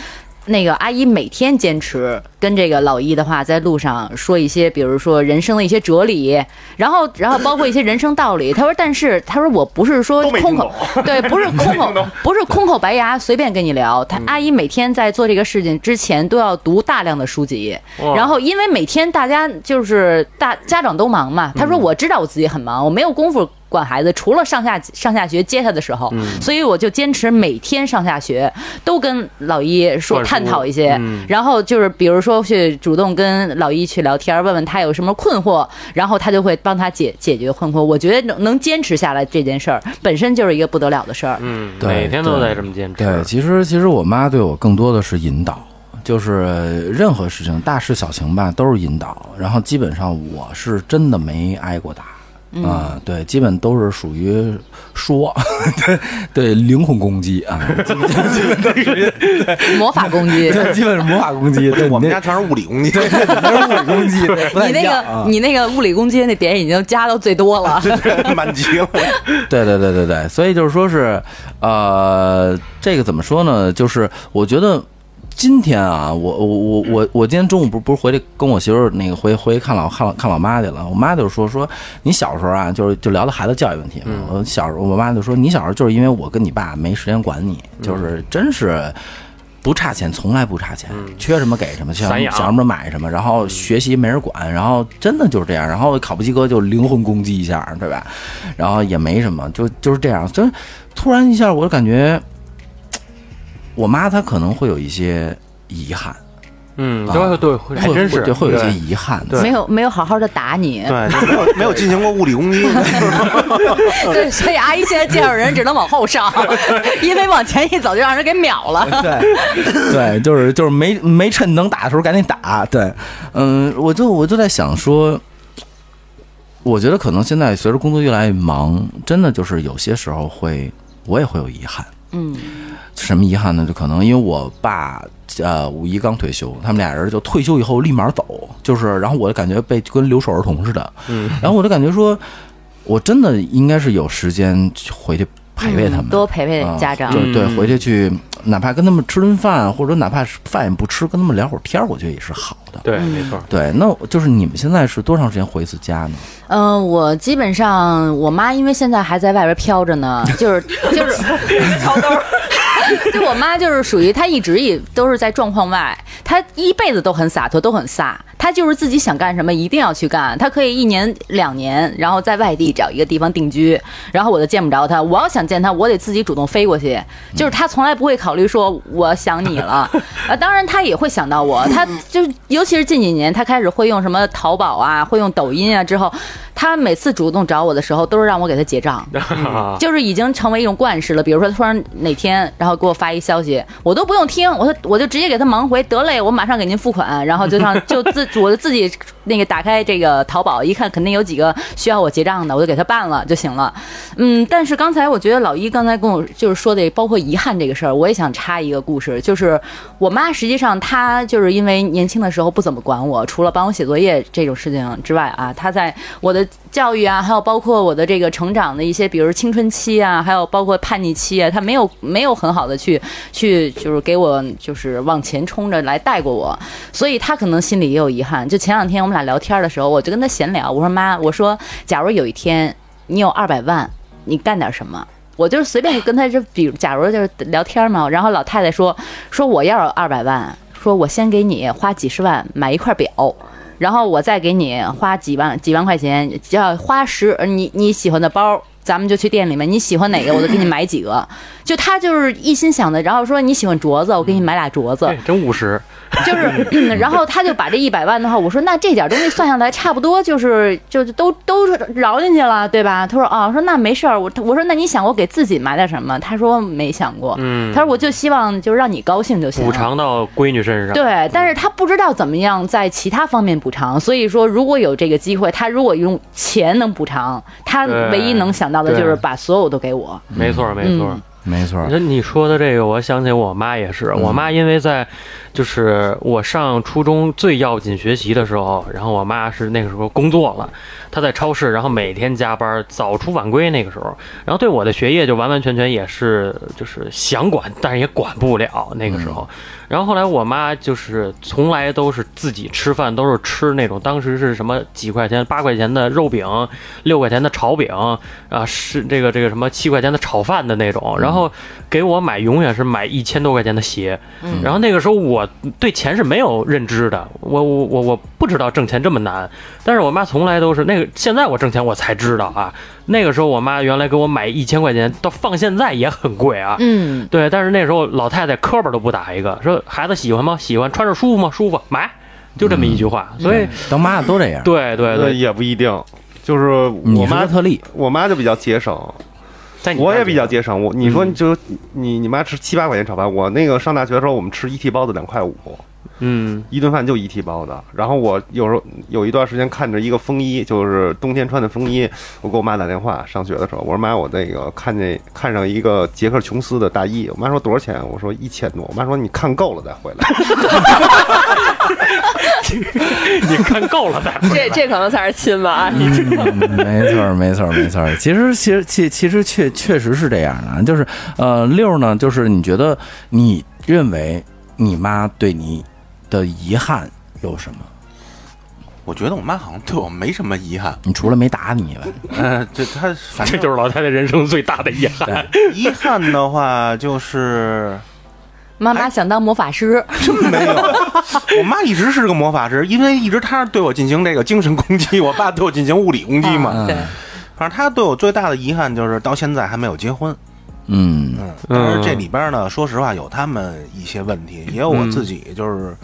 那个阿姨每天坚持跟这个老一的话，在路上说一些，比如说人生的一些哲理，然后，然后包括一些人生道理。她说，但是她说我不是说都没空听口， [LAUGHS] 对，不是空口，不是空口白牙随便跟你聊。她阿姨每天在做这个事情之前都要读大量的书籍，哇然后因嗯为每天大家就是大家长都忙嘛，她说我知道我自己很忙，我没有功夫管孩子，除了上下上下学接他的时候，嗯所以我就坚持每天上下学都跟老一说灌输探讨一些，嗯然后就是比如说去主动跟老一去聊天，问问他有什么困惑，然后他就会帮他解解决困惑。我觉得能能坚持下来这件事儿本身就是一个不得了的事儿。嗯，对每天都对在这么坚持。对，其实其实我妈对我更多的是引导，就是任何事情大事小情吧都是引导，然后基本上我是真的没挨过打。啊、对，基本都是属于说， [LAUGHS] 对对，灵魂攻击 [LAUGHS] 啊，基本基本都是魔法工具，对，基本是魔法攻击。对，我们你家那全是物理攻击，你那是物理攻 [LAUGHS] 击，对 [LAUGHS] 不太你一那样啊个你那个物理攻击那点已经加到最多了。 [LAUGHS] 满级了。 [LAUGHS] 对对对对对，所以就是说是，呃，这个怎么说呢？就是我觉得今天啊，我我我我我今天中午不是不是回去跟我媳妇儿那个回回去看老看老看老妈去了，我妈就说说你小时候啊，就是就聊到孩子教育问题嘛，嗯我小时候我妈就说你小时候就是因为我跟你爸没时间管你，嗯就是真是。不差钱，从来不差钱，缺什么给什么，想散养想什么买什么，然后嗯学习没人管，然后真的就是这样，然后考不及格就灵魂攻击一下，对吧？然后也没什么，就就是这样。就是突然一下，我就感觉我妈她可能会有一些遗憾，嗯，啊对对，会还会真是 [LAUGHS] 对，会有一些对遗憾的。没有没有好好的打你，对，哎就没有没有进行过物理攻击， [LAUGHS] 对，所以阿姨现在介绍人只能往后上，因为往前一走就让人给秒了。 [LAUGHS] 对，对，就是就是没没趁能打的时候赶紧打。对，嗯，我就我就在想说，我觉得可能现在随着工作越来越忙，真的就是有些时候会，我也会有遗憾。嗯，什么遗憾呢？就可能因为我爸呃五一刚退休，他们俩人就退休以后立马走，就是然后我就感觉被跟留守儿童似的，嗯，然后我就感觉说，我真的应该是有时间去回去陪陪他们，多陪陪啊家长。就对，嗯回去去哪怕跟他们吃顿饭，或者哪怕是饭也不吃，跟他们聊会儿天儿，我觉得也是好的。对，没错。对，那我就是你们现在是多长时间回一次家呢？嗯、我基本上我妈因为现在还在外边飘着呢，就是就是超兜儿。对我妈 [LAUGHS] 就是属于她一直也都是在状况外，她一辈子都很洒脱，都很飒。她就是自己想干什么一定要去干，她可以一年两年，然后在外地找一个地方定居，然后我就见不着她。我要想见她，我得自己主动飞过去。就是她从来不会考虑说我想你了，啊，当然她也会想到我，她就是尤其是近几年，她开始会用什么淘宝啊，会用抖音啊，之后她每次主动找我的时候，都是让我给她结账。啊就是已经成为一种惯式了。比如说，突然哪天，然后给我发一消息，我都不用听，我说我就直接给他忙回，得嘞，我马上给您付款，然后就上就自我就自己那个打开这个淘宝一看，肯定有几个需要我结账的，我就给他办了就行了。嗯，但是刚才我觉得老一刚才跟我就是说的，包括遗憾这个事儿，我也想插一个故事，就是我妈实际上她就是因为年轻的时候不怎么管我，除了帮我写作业这种事情之外啊，她在我的教育啊，还有包括我的这个成长的一些，比如青春期啊，还有包括叛逆期啊，她没有没有很好的去去就是给我就是往前冲着来带过我，所以她可能心里也有遗憾。就前两天我们俩聊天的时候，我就跟她闲聊，我说妈，我说假如有一天你有二百万，你干点什么？我就是随便跟他这，比如假如就是聊天嘛，然后老太太说说我要二百万，说我先给你花几十万买一块表，然后我再给你花几万几万块钱，只要花十你你喜欢的包，咱们就去店里面，你喜欢哪个我就给你买几个。就他就是一心想的，然后说你喜欢镯子，我给你买俩镯子对，，真务实。 [LAUGHS] 就是，嗯然后他就把这一百万的话，我说那这点东西算下来差不多就是就就都都饶进去了，对吧？他说啊，我说那没事儿，我我说那你想过给自己买点什么？他说没想过，嗯他说我就希望就让你高兴就行补了。偿到闺女身上。对，但是他不知道怎么样在其他方面补偿，所以说如果有这个机会，他如果用钱能补偿，他对唯一能想到的就是对把所有都给我。没错，没错。嗯没错你说你说的这个，我想起我妈也是。我妈因为在，就是我上初中最要紧学习的时候，然后我妈是那个时候工作了，她在超市，然后每天加班，早出晚归那个时候，然后对我的学业就完完全全也是就是想管，但是也管不了那个时候。然后后来我妈就是从来都是自己吃饭，都是吃那种当时是什么几块钱、八块钱的肉饼，六块钱的炒饼啊，是这个这个什么七块钱的炒饭的那种。然嗯后给我买永远是买一千多块钱的鞋。嗯然后那个时候我对钱是没有认知的，我我我我不知道挣钱这么难。但是我妈从来都是那个，现在我挣钱我才知道啊。那个时候我妈原来给我买一千块钱，到放现在也很贵啊。嗯，对，但是那时候老太太磕巴都不打一个，说孩子喜欢吗？喜欢，穿着舒服吗？舒服，买，就这么一句话。嗯所以，当妈的都这样。对对呃对，也不一定，就是我你是妈个特 [LAUGHS] 例，我妈就比较节省，在你我那也儿比较节省。我你嗯说你就你你妈吃七八块钱炒饭，我那个上大学的时候，我们吃一屉包子两块五，嗯 [LAUGHS] 一顿饭就一屉包子。然后我有时候有一段时间看着一个风衣，就是冬天穿的风衣，我给我妈打电话，上学的时候，我说妈，我那个看见看上一个杰克琼斯的大衣，我妈说多少钱？我说一千多。我妈说你看够了再回来。你看够了再回这来。这可能才是亲吧，阿姨 [LAUGHS] 嗯没错儿，没错儿，没错儿。其实，其实，其其实确确实是这样的啊，就是呃，六呢，就是你觉得你认为你妈对你的遗憾有什么？我觉得我妈好像对我没什么遗憾，你除了没打你以外，嗯、这她反 [LAUGHS] 这正就是老太太人生最大的遗憾。遗憾的话就是妈妈想当魔法师，真没有，我妈一直是个魔法师，因为一直她对我进行这个精神攻击，我爸对我进行物理攻击嘛。嗯对，反正她对我最大的遗憾就是到现在还没有结婚。嗯嗯，但是这里边呢，说实话有他们一些问题，也有我自己，就是、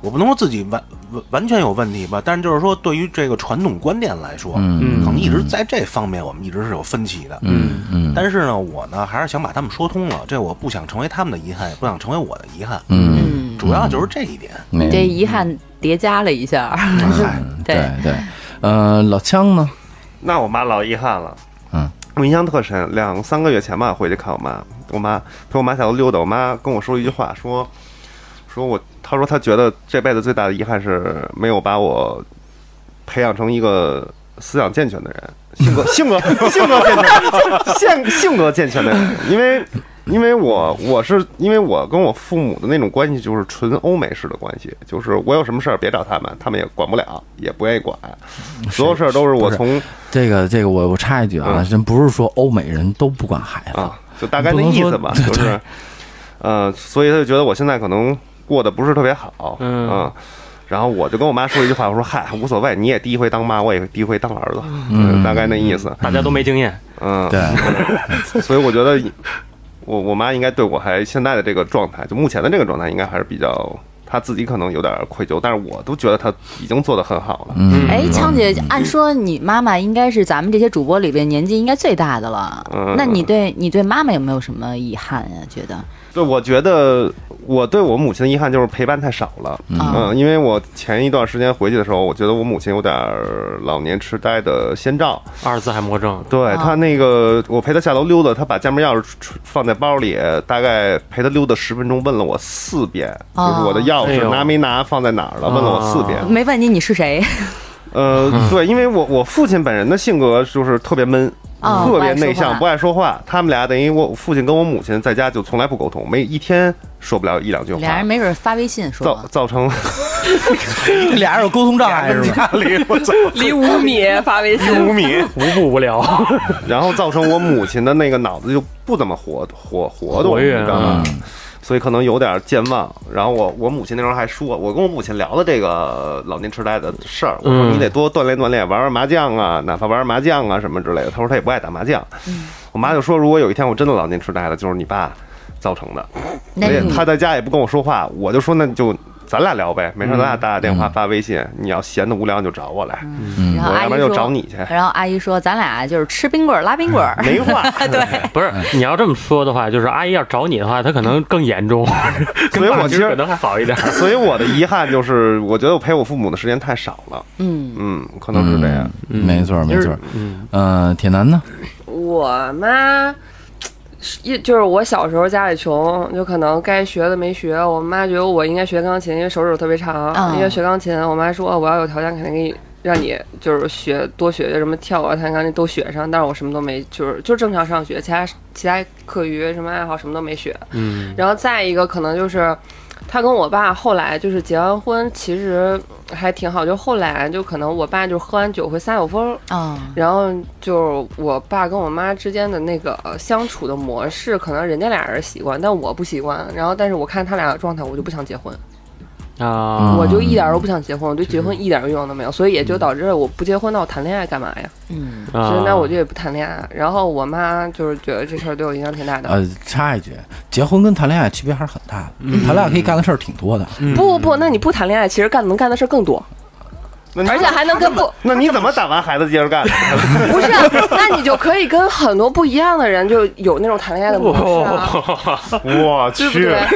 我不能说自己完完完全有问题吧，但是就是说对于这个传统观念来说，嗯可能一直在这方面我们一直是有分歧的。嗯嗯但是呢，我呢还是想把他们说通了，这我不想成为他们的遗憾，也不想成为我的遗憾，嗯，嗯，主要就是这一点。没你这遗憾叠加了一下，嗨对嗯 [LAUGHS] 对对，呃，老枪呢？那我妈老遗憾了，嗯，我印象特深，两三个月前吧，回去看我妈，我妈陪我妈下楼溜达，我妈跟我说一句话，说说我，她说她觉得这辈子最大的遗憾是没有把我培养成一个思想健全的 [LAUGHS] 人，性格性格性格健全，性性格健全的 [LAUGHS] 人，因为。因为我我是因为我跟我父母的那种关系就是纯欧美式的关系，就是我有什么事儿别找他们，他们也管不了，也不愿意管，所有事儿都是我不是从这个这个我我插一句啊，嗯真不是说欧美人都不管孩子， [LAUGHS] 啊，就大概那意思吧，你不能说就是，呃，所以他就觉得我现在可能过得不是特别好，啊嗯然后我就跟我妈说一句话，我说嗨，无所谓，你也第一回当妈，我也第一回当儿子，嗯，大概那意思， [LAUGHS] 大家都没经验，嗯， [LAUGHS] 对，嗯所以我觉得我我妈应该对我还现在的这个状态，就目前的这个状态，应该还是比较。她自己可能有点愧疚，但是我都觉得她已经做得很好了。嗯哎，枪姐，按说你妈妈应该是咱们这些主播里边年纪应该最大的了，嗯那你对你对妈妈有没有什么遗憾呀、觉得对，我觉得我对我母亲的遗憾就是陪伴太少了。啊嗯，因为我前一段时间回去的时候，我觉得我母亲有点儿老年痴呆的先兆。阿尔兹海默症。对啊她那个，我陪她下楼溜达，她把家门钥匙出放在包里，大概陪她溜达十分钟，问了我四遍，啊就是我的钥哎匙呦拿没拿，放在哪哎儿了，问了我四遍。没问你你是 [LAUGHS] 谁？ [LAUGHS] 呃，对，因为我我父亲本人的性格就是特别闷，哦特别内向，不不爱说话。他们俩等于我父亲跟我母亲在家就从来不沟通，没一天说不了一两句话。俩人没准发微信说造吧，造成 [LAUGHS] 这俩人有沟通障碍是吧？离五米发微信，五米，无不无聊，然后造成我母亲的那个脑子就不怎么活活活动，活跃嗯你知道吗？所以可能有点健忘。然后我我母亲那时候还说，我跟我母亲聊了这个老年痴呆的事儿，我说嗯你得多锻炼锻炼，玩玩麻将啊，哪怕玩玩麻将啊什么之类的。她说她也不爱打麻将。嗯我妈就说，如果有一天我真的老年痴呆了，就是你爸造成的。那我也你她在家也不跟我说话，我就说那就。咱俩聊呗，没事，咱嗯俩打打电话、发微信。你要闲的无聊，你就找我来，然后我阿要姨不说然就找你去。然后阿姨说咱俩就是吃冰棍儿拉冰棍儿，[LAUGHS] 没话，哎不是嗯你要这么说的话，就是阿姨要找你的话，她可能更严重， [LAUGHS] 所以我其其实实可能还好一点。 [LAUGHS] 所以我的遗憾就是，我觉得我陪我父母的时间太少了。嗯，嗯，可能是这样。嗯没错没错。嗯呃，铁男呢？我妈。一就是我小时候家里穷，就可能该学的没学。我妈觉得我应该学钢琴，因为手指头特别长，嗯应该学钢琴。我妈说哦我要有条件，肯定给你让你就是学多学学什么跳啊、弹钢琴都学上。但是我什么都没，就是就正常上学，其他其他课余什么爱好什么都没学。嗯然后再一个可能就是，他跟我爸后来就是结完婚，其实还挺好。就后来就可能我爸就喝完酒会撒酒疯儿，啊，嗯然后就我爸跟我妈之间的那个呃相处的模式，可能人家俩人习惯，但我不习惯。然后但是我看他俩的状态，我就不想结婚，啊，我就一点儿都不想结婚，我对结嗯婚一点儿欲望都没有，所以也就导致我不结婚，那我谈恋爱干嘛呀？嗯，所以那我就就也不谈恋爱。然后我妈就是觉得这事儿对我影响挺大的。呃，插一句，结婚跟谈恋爱区别还是很大的。谈恋爱可以干的事儿挺多的，不不不，那你不谈恋爱，其实干能干的事儿更多，那你而且还能跟不那你怎么打完孩子接着干？不是，那你就可以跟很多不一样的人就有那种谈恋爱的模式啊， [LAUGHS] 我对不去，对？嗯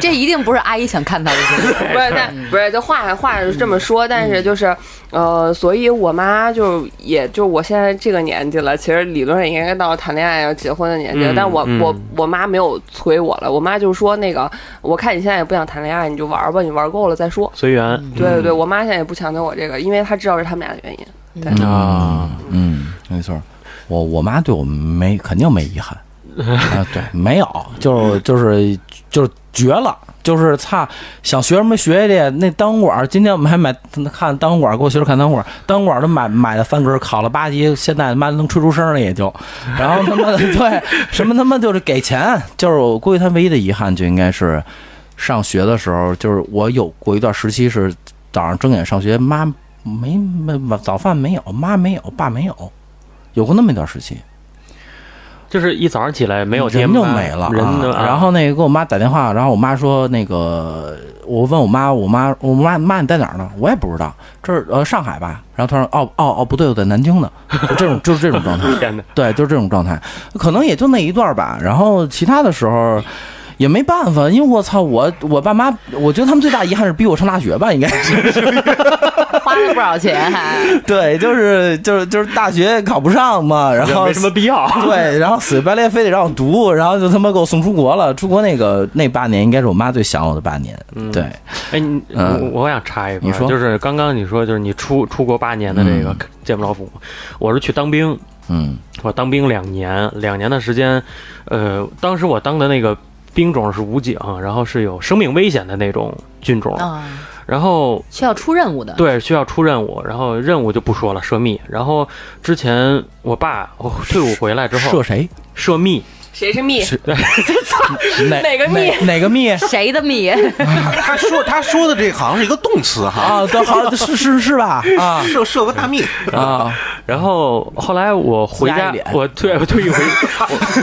这一定不是阿姨想看到的结果。 [LAUGHS] 不是，但不是，这话话是这么说，但是就是，呃，所以我妈就也就我现在这个年纪了，其实理论上应该到谈恋爱要结婚的年纪了，嗯但我、嗯我我妈没有催我了，我妈就说那个，我看你现在也不想谈恋爱，你就玩吧，你玩够了再说。随缘对对对，我妈现在也不强求我这个，因为她知道是他们俩的原因。啊，嗯，没错儿，我我妈对我没肯定没遗憾啊，对，没有，就是就是就是绝了，就是擦，想学什么学去。那单管儿，今天我们还买看单管儿，给我媳妇儿看单管儿，单管儿都买买了三根儿，考了八级，现在他妈能吹出声儿了也就，然后他妈的对什么他妈就是给钱，就是我估计她唯一的遗憾就应该是上学的时候，就是我有过一段时期是早上睁眼上学，妈没没早饭没有，妈没有，爸没有，有过那么一段时期，就是一早上起来没有天人就没了啊，人的然后那个给我妈打电话，然后我妈说那个，我问我妈，我妈我妈妈你在哪儿呢？我也不知道，这是呃上海吧？然后她说哦哦哦不对，我在南京呢， [LAUGHS] 就这种就是这种状态。 [LAUGHS] 天哪，对，就是这种状态，可能也就那一段儿吧。然后其他的时候也没办法，因为我操，我我爸妈，我觉得他们最大遗憾是逼我上大学吧，应该是。花了不少钱还， [LAUGHS] 对，就是就是就是大学考不上嘛，然也后没什么必要。对，然后死乞白赖非得让我读，然后就他妈给我送出国了。出国那个那八年，应该是我妈最想我的八年。对，哎，你嗯我我想插一块你儿，啊说就是刚刚你说就是你出出国八年的这个见不着父母，我是去当兵，嗯我当兵两年，两年的时间，呃，当时我当的那个兵种是武警，然后是有生命危险的那种军种，啊，然后需要出任务的，对，需要出任务，然后任务就不说了，涉密。然后之前我爸我退伍回来之后射谁？涉密，谁是蜜？哪哪个蜜哪哪个蜜？谁的米？嗯他说他说的这好像是一个动词哈，啊，对，好，是是是吧？啊射射个大蜜，啊， [LAUGHS] 然后后来我回自家爱脸，我退 [LAUGHS] 我退役回，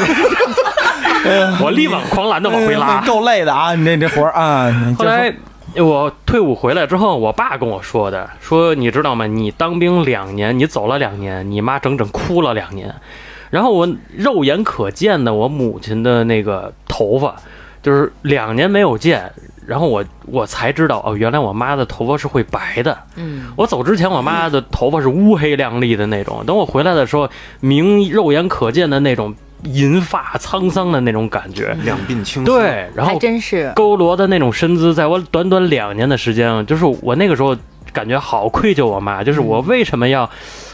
我我力挽狂澜的往回拉嗯。够累的啊！你这这活儿啊，你就后说来我退伍回来之后，我爸跟我说的，说你知道吗？你当兵两年，你走了两年，你妈整整哭了两年。然后我肉眼可见的，我母亲的那个头发，就是两年没有见，然后我我才知道哦，原来我妈的头发是会白的。嗯，我走之前，我妈的头发是乌黑亮丽的那种，等我回来的时候，明肉眼可见的那种银发苍苍的那种感觉。两鬓青丝。，对，然还后真是，佝偻的那种身姿，在我短短两年的时间，就是我那个时候感觉好愧疚我啊嗯妈，就是我为什么要，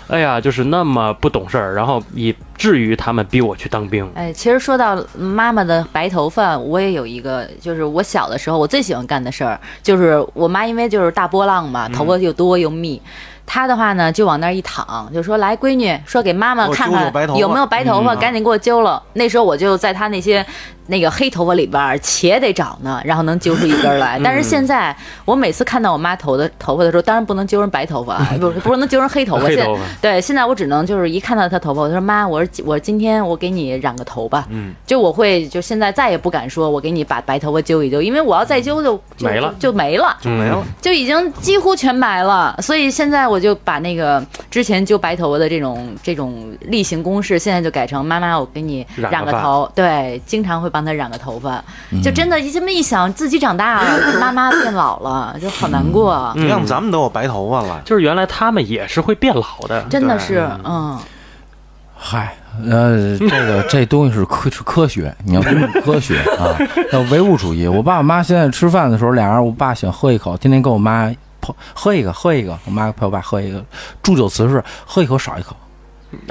哎呀，就是那么不懂事儿，然后以至于他们逼我去当嗯兵。哎，其实说到妈妈的白头发，我也有一个，就是我小的时候我最喜欢干的事儿，就是我妈因为就是大波浪嘛，头嗯发又多又密。她的话呢，就往那儿一躺，就说：“来，闺女，说给妈妈我看哦揪看揪白头发有没有白头发，嗯赶紧给我揪了。”那时候我就在她那些那个黑头发里边儿且得找呢，然后能揪出一根儿 [LAUGHS] 来。嗯但是现在我每次看到我妈头的头发的时候，当然不能揪人白头 [LAUGHS] 发，不是不是能揪人黑头发。黑现在头发对，现在我只能就是一看到她头发，我就说妈，我说我今天我给你染个头吧。嗯就我会就现在再也不敢说，我给你把白头发揪一揪，因为我要再揪就就嗯没了就就没了，就没了。就已经几乎全白了。所以现在我就把那个之前揪白头发的这种这种例行公事，现在就改成妈妈，我给你染染个个发头，对，经常会帮她染个头发，就真的这么一想，自己长大 [LAUGHS] 了，妈妈变老了，就好难嗯过，啊你看咱们都有白头发了，就是原来他们也是会变老的，真的是，嗯，嗨，呃，这个这东西是科是科学，你要尊重科学啊，要唯物主义。我爸我妈现在吃饭的时候，俩人我爸想喝一口，天天跟我妈泡喝一个喝一个，我妈陪我爸喝一个，祝酒词是喝一口少一口，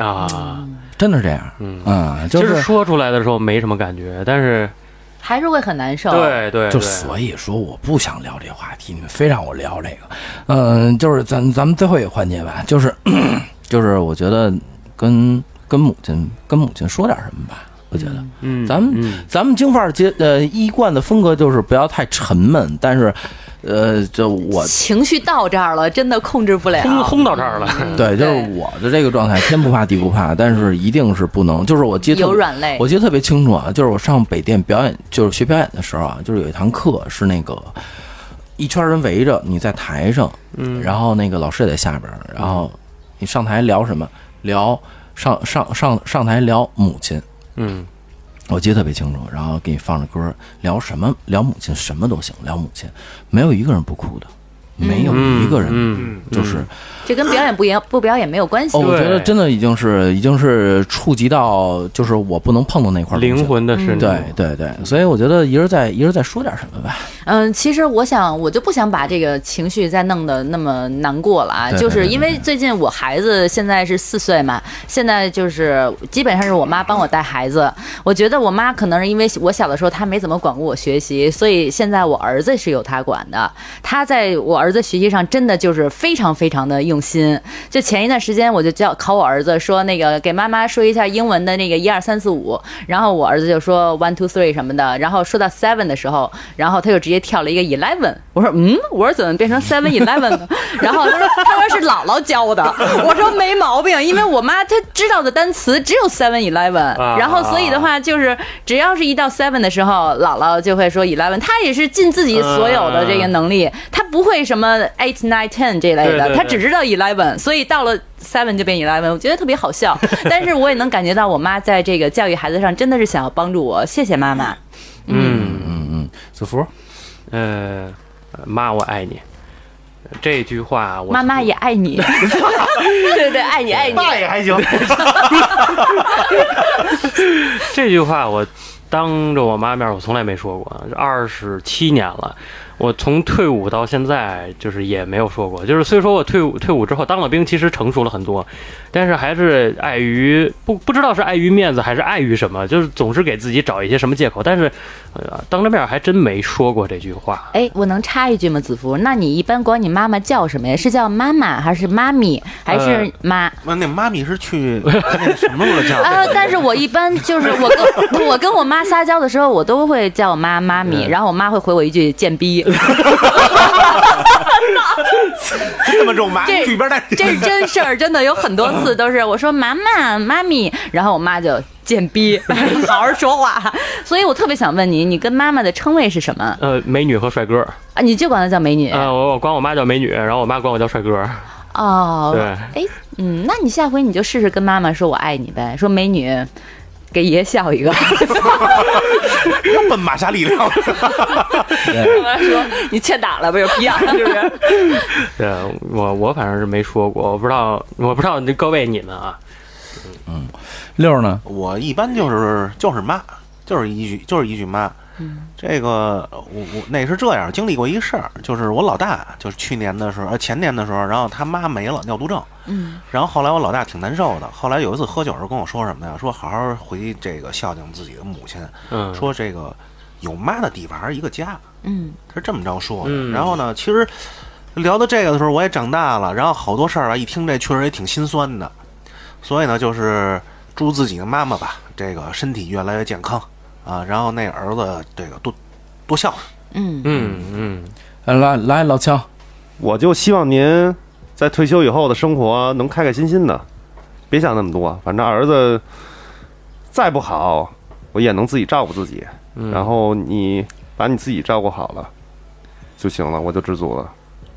啊。真的是这样。嗯啊，就就是说出来的时候没什么感觉，但是还是会很难受。，对对，就对所以说我不想聊这话题，你们非让我聊这个，嗯，就是咱咱们最后一个环节吧，就是 [CLEARS THROAT] 就是我觉得跟跟母亲跟母亲说点什么吧，我觉得。嗯，咱们、嗯咱们京范儿节呃一贯的风格就是不要太沉闷，但是，呃，就我情绪到这儿了，真的控制不了。轰轰到这儿了，嗯对，就是我的这个状态，天不怕地不怕，但是一定是不能，就是我记得特有别软哎肋我记得特别清楚啊，就是我上北电表演，就是学表演的时候啊，就是有一堂课是那个一圈人围着你在台上，嗯，然后那个老师也在下边儿，然后你上台聊什么？聊上上上上台聊母亲，嗯我记得特别清楚，然后给你放着歌，聊什么聊母亲什么都行，聊母亲，没有一个人不哭的，没有嗯，一个人、嗯，就是。这跟表演不一样，不表演没有关系哦，。我觉得对真的已经是已经是触及到就是我不能碰的那块儿东西灵。魂的深处，对对对，所以我觉得一人再一人再说点什么吧。嗯，其实我想，我就不想把这个情绪再弄得那么难过了啊，对就是对因为最近我孩子现在是四岁嘛，现在就是基本上是我妈帮我带孩子。我觉得我妈可能是因为我小的时候她没怎么管过我学习，所以现在我儿子是有她管的。她在我儿子学习上真的就是非常非常的用心。就前一段时间我就叫考我儿子说那个给妈妈说一下英文的那个一二三四五，然后我儿子就说 one two three 什么的，然后说到 seven 的时候，然后他就直接跳了一个 eleven，我说嗯，我说怎么变成 seven eleven 了？ [LAUGHS] 然后他说他说是姥姥教的，我说没毛病，因为我妈她知道的单词只有 seven eleven，啊然后所以的话就是只要是一到 seven 的时候，姥姥就会说 eleven，她也是尽自己所有的这个能力，她不会什么 eight nine ten 这类对对的，对她只知道 eleven，所以到了 seven 就变 eleven，我觉得特别好 [LAUGHS] 笑，但是我也能感觉到我妈在这个教育孩子上真的是想要帮助我，谢谢妈妈。嗯，子福，呃，妈，我爱你。这句话 [LAUGHS] 我妈妈也爱你， [LAUGHS] 对对，爱你爱你，爸也还行， [LAUGHS] 这句话我当着我妈面儿我从来没说过，啊二十七年了，我从退伍到现在就是也没有说过。就是虽说我退伍退伍之后当了兵，其实成熟了很多，但是还是碍于不不知道是碍于面子还是碍于什么，就是总是给自己找一些什么借口。但是，呃，当着面儿还真没说过这句话。哎，我能插一句吗？子福，那你一般管你妈妈叫什么呀？是叫妈妈还是妈咪还呃是妈？那那妈咪是 [LAUGHS] 去那什么时候叫的？啊、但是我一般就是我跟 [LAUGHS] 我跟我妈撒娇的时候，我都会叫我妈妈咪，然后我妈会回我一句“贱逼”， [LAUGHS] 这么肉麻，这去一边带。 [LAUGHS] 这是真事儿，真的有很多次都是我说妈妈妈咪，然后我妈就贱逼，好好说话。所以我特别想问你，你跟妈妈的称谓是什么呃，美女和帅哥，啊？你就管她叫美女、啊呃，我我管我妈叫美女，然后我妈管我叫帅哥。哦。对哎，嗯，那你下回你就试试跟妈妈说我爱你呗，说美女，给爷 [LAUGHS] 笑一个。又奔玛莎力量，我妈说 [LAUGHS] 你欠打了吧，有逼啊样是不是？对我我反正是没说过，我不知道我不知道各位你们啊，六儿呢？我一般就是就是妈，就是一句就是一句妈。这个我我那是这样，经历过一事儿，就是我老大就是去年的时候，呃前年的时候，然后他妈没了，尿毒症。嗯，然后后来我老大挺难受的，后来有一次喝酒时候跟我说什么呀？说好好回这个孝敬自己的母亲，嗯，说这个有妈的地方还是一个家。嗯，他是这么着说的。嗯然后呢，其实聊到这个的时候，我也长大了，然后好多事儿吧，一听这确实也挺心酸的。所以呢，就是祝自己的妈妈吧，这个身体越来越健康啊，然后那儿子这个多多孝顺。嗯，嗯嗯。呃来来，老乔，我就希望您在退休以后的生活能开开心心的，别想那么多。反正儿子再不好，我也能自己照顾自己。嗯然后你把你自己照顾好了就行了，我就知足了。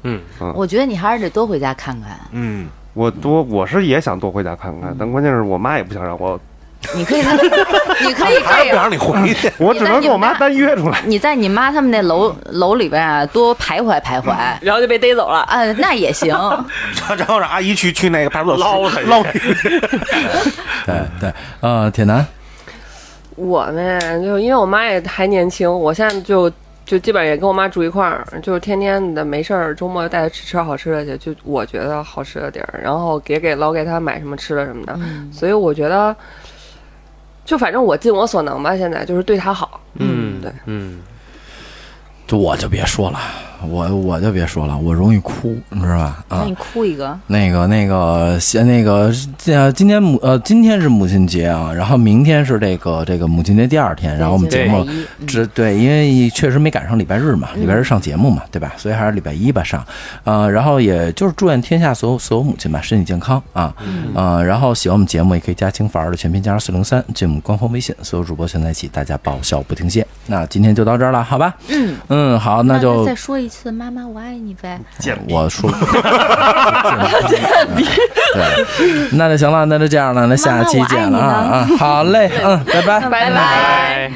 嗯，我觉得你还是得多回家看看，嗯，我多我是也想多回家看看，但关键是我妈也不想让我，你 [LAUGHS] 可以，你可以这还啊是样。不让你回去。 [LAUGHS] 我只能跟我妈单约出来。你在你妈他们那楼楼里边啊，多徘徊徘徊，嗯啊、 [LAUGHS] 然后就被逮走了。那也行。啊然后让阿姨去去那个派出所捞他去捞你。对对，呃，铁男，我们就因为我妈也还年轻，我现在就就基本上也跟我妈住一块儿，就是天天的没事儿，周末带她吃吃好吃的去，就我觉得好吃的地儿，然后也给老给她买什么吃的什么的，所以我觉得，就反正我尽我所能吧，现在就是对她好，嗯嗯对嗯，就我就别说了，我我就别说了，我容易哭，你知道吧？啊那你，哭一个，那个那个先那个呃，今天母呃今天是母亲节啊，然后明天是这个这个母亲节第二天，然后我们节对目就是礼仪这对，因为确实没赶上礼拜日嘛，礼拜日上节目嘛，对吧？所以还是礼拜一吧上，呃，然后也就是祝愿天下所有所有母亲吧身体健康啊，呃，然后喜欢我们节目也可以加“金法儿”的全拼加上四零三，进我们官方微信，所有主播全在一起，大家爆笑不停歇。那今天就到这儿了，好吧？嗯嗯，好，那就再说一次“妈妈我爱你”呗。我 [LAUGHS] 说，对，那就行了，那就这样了，那下期见了啊啊，好嘞，嗯，拜拜。拜拜拜。拜。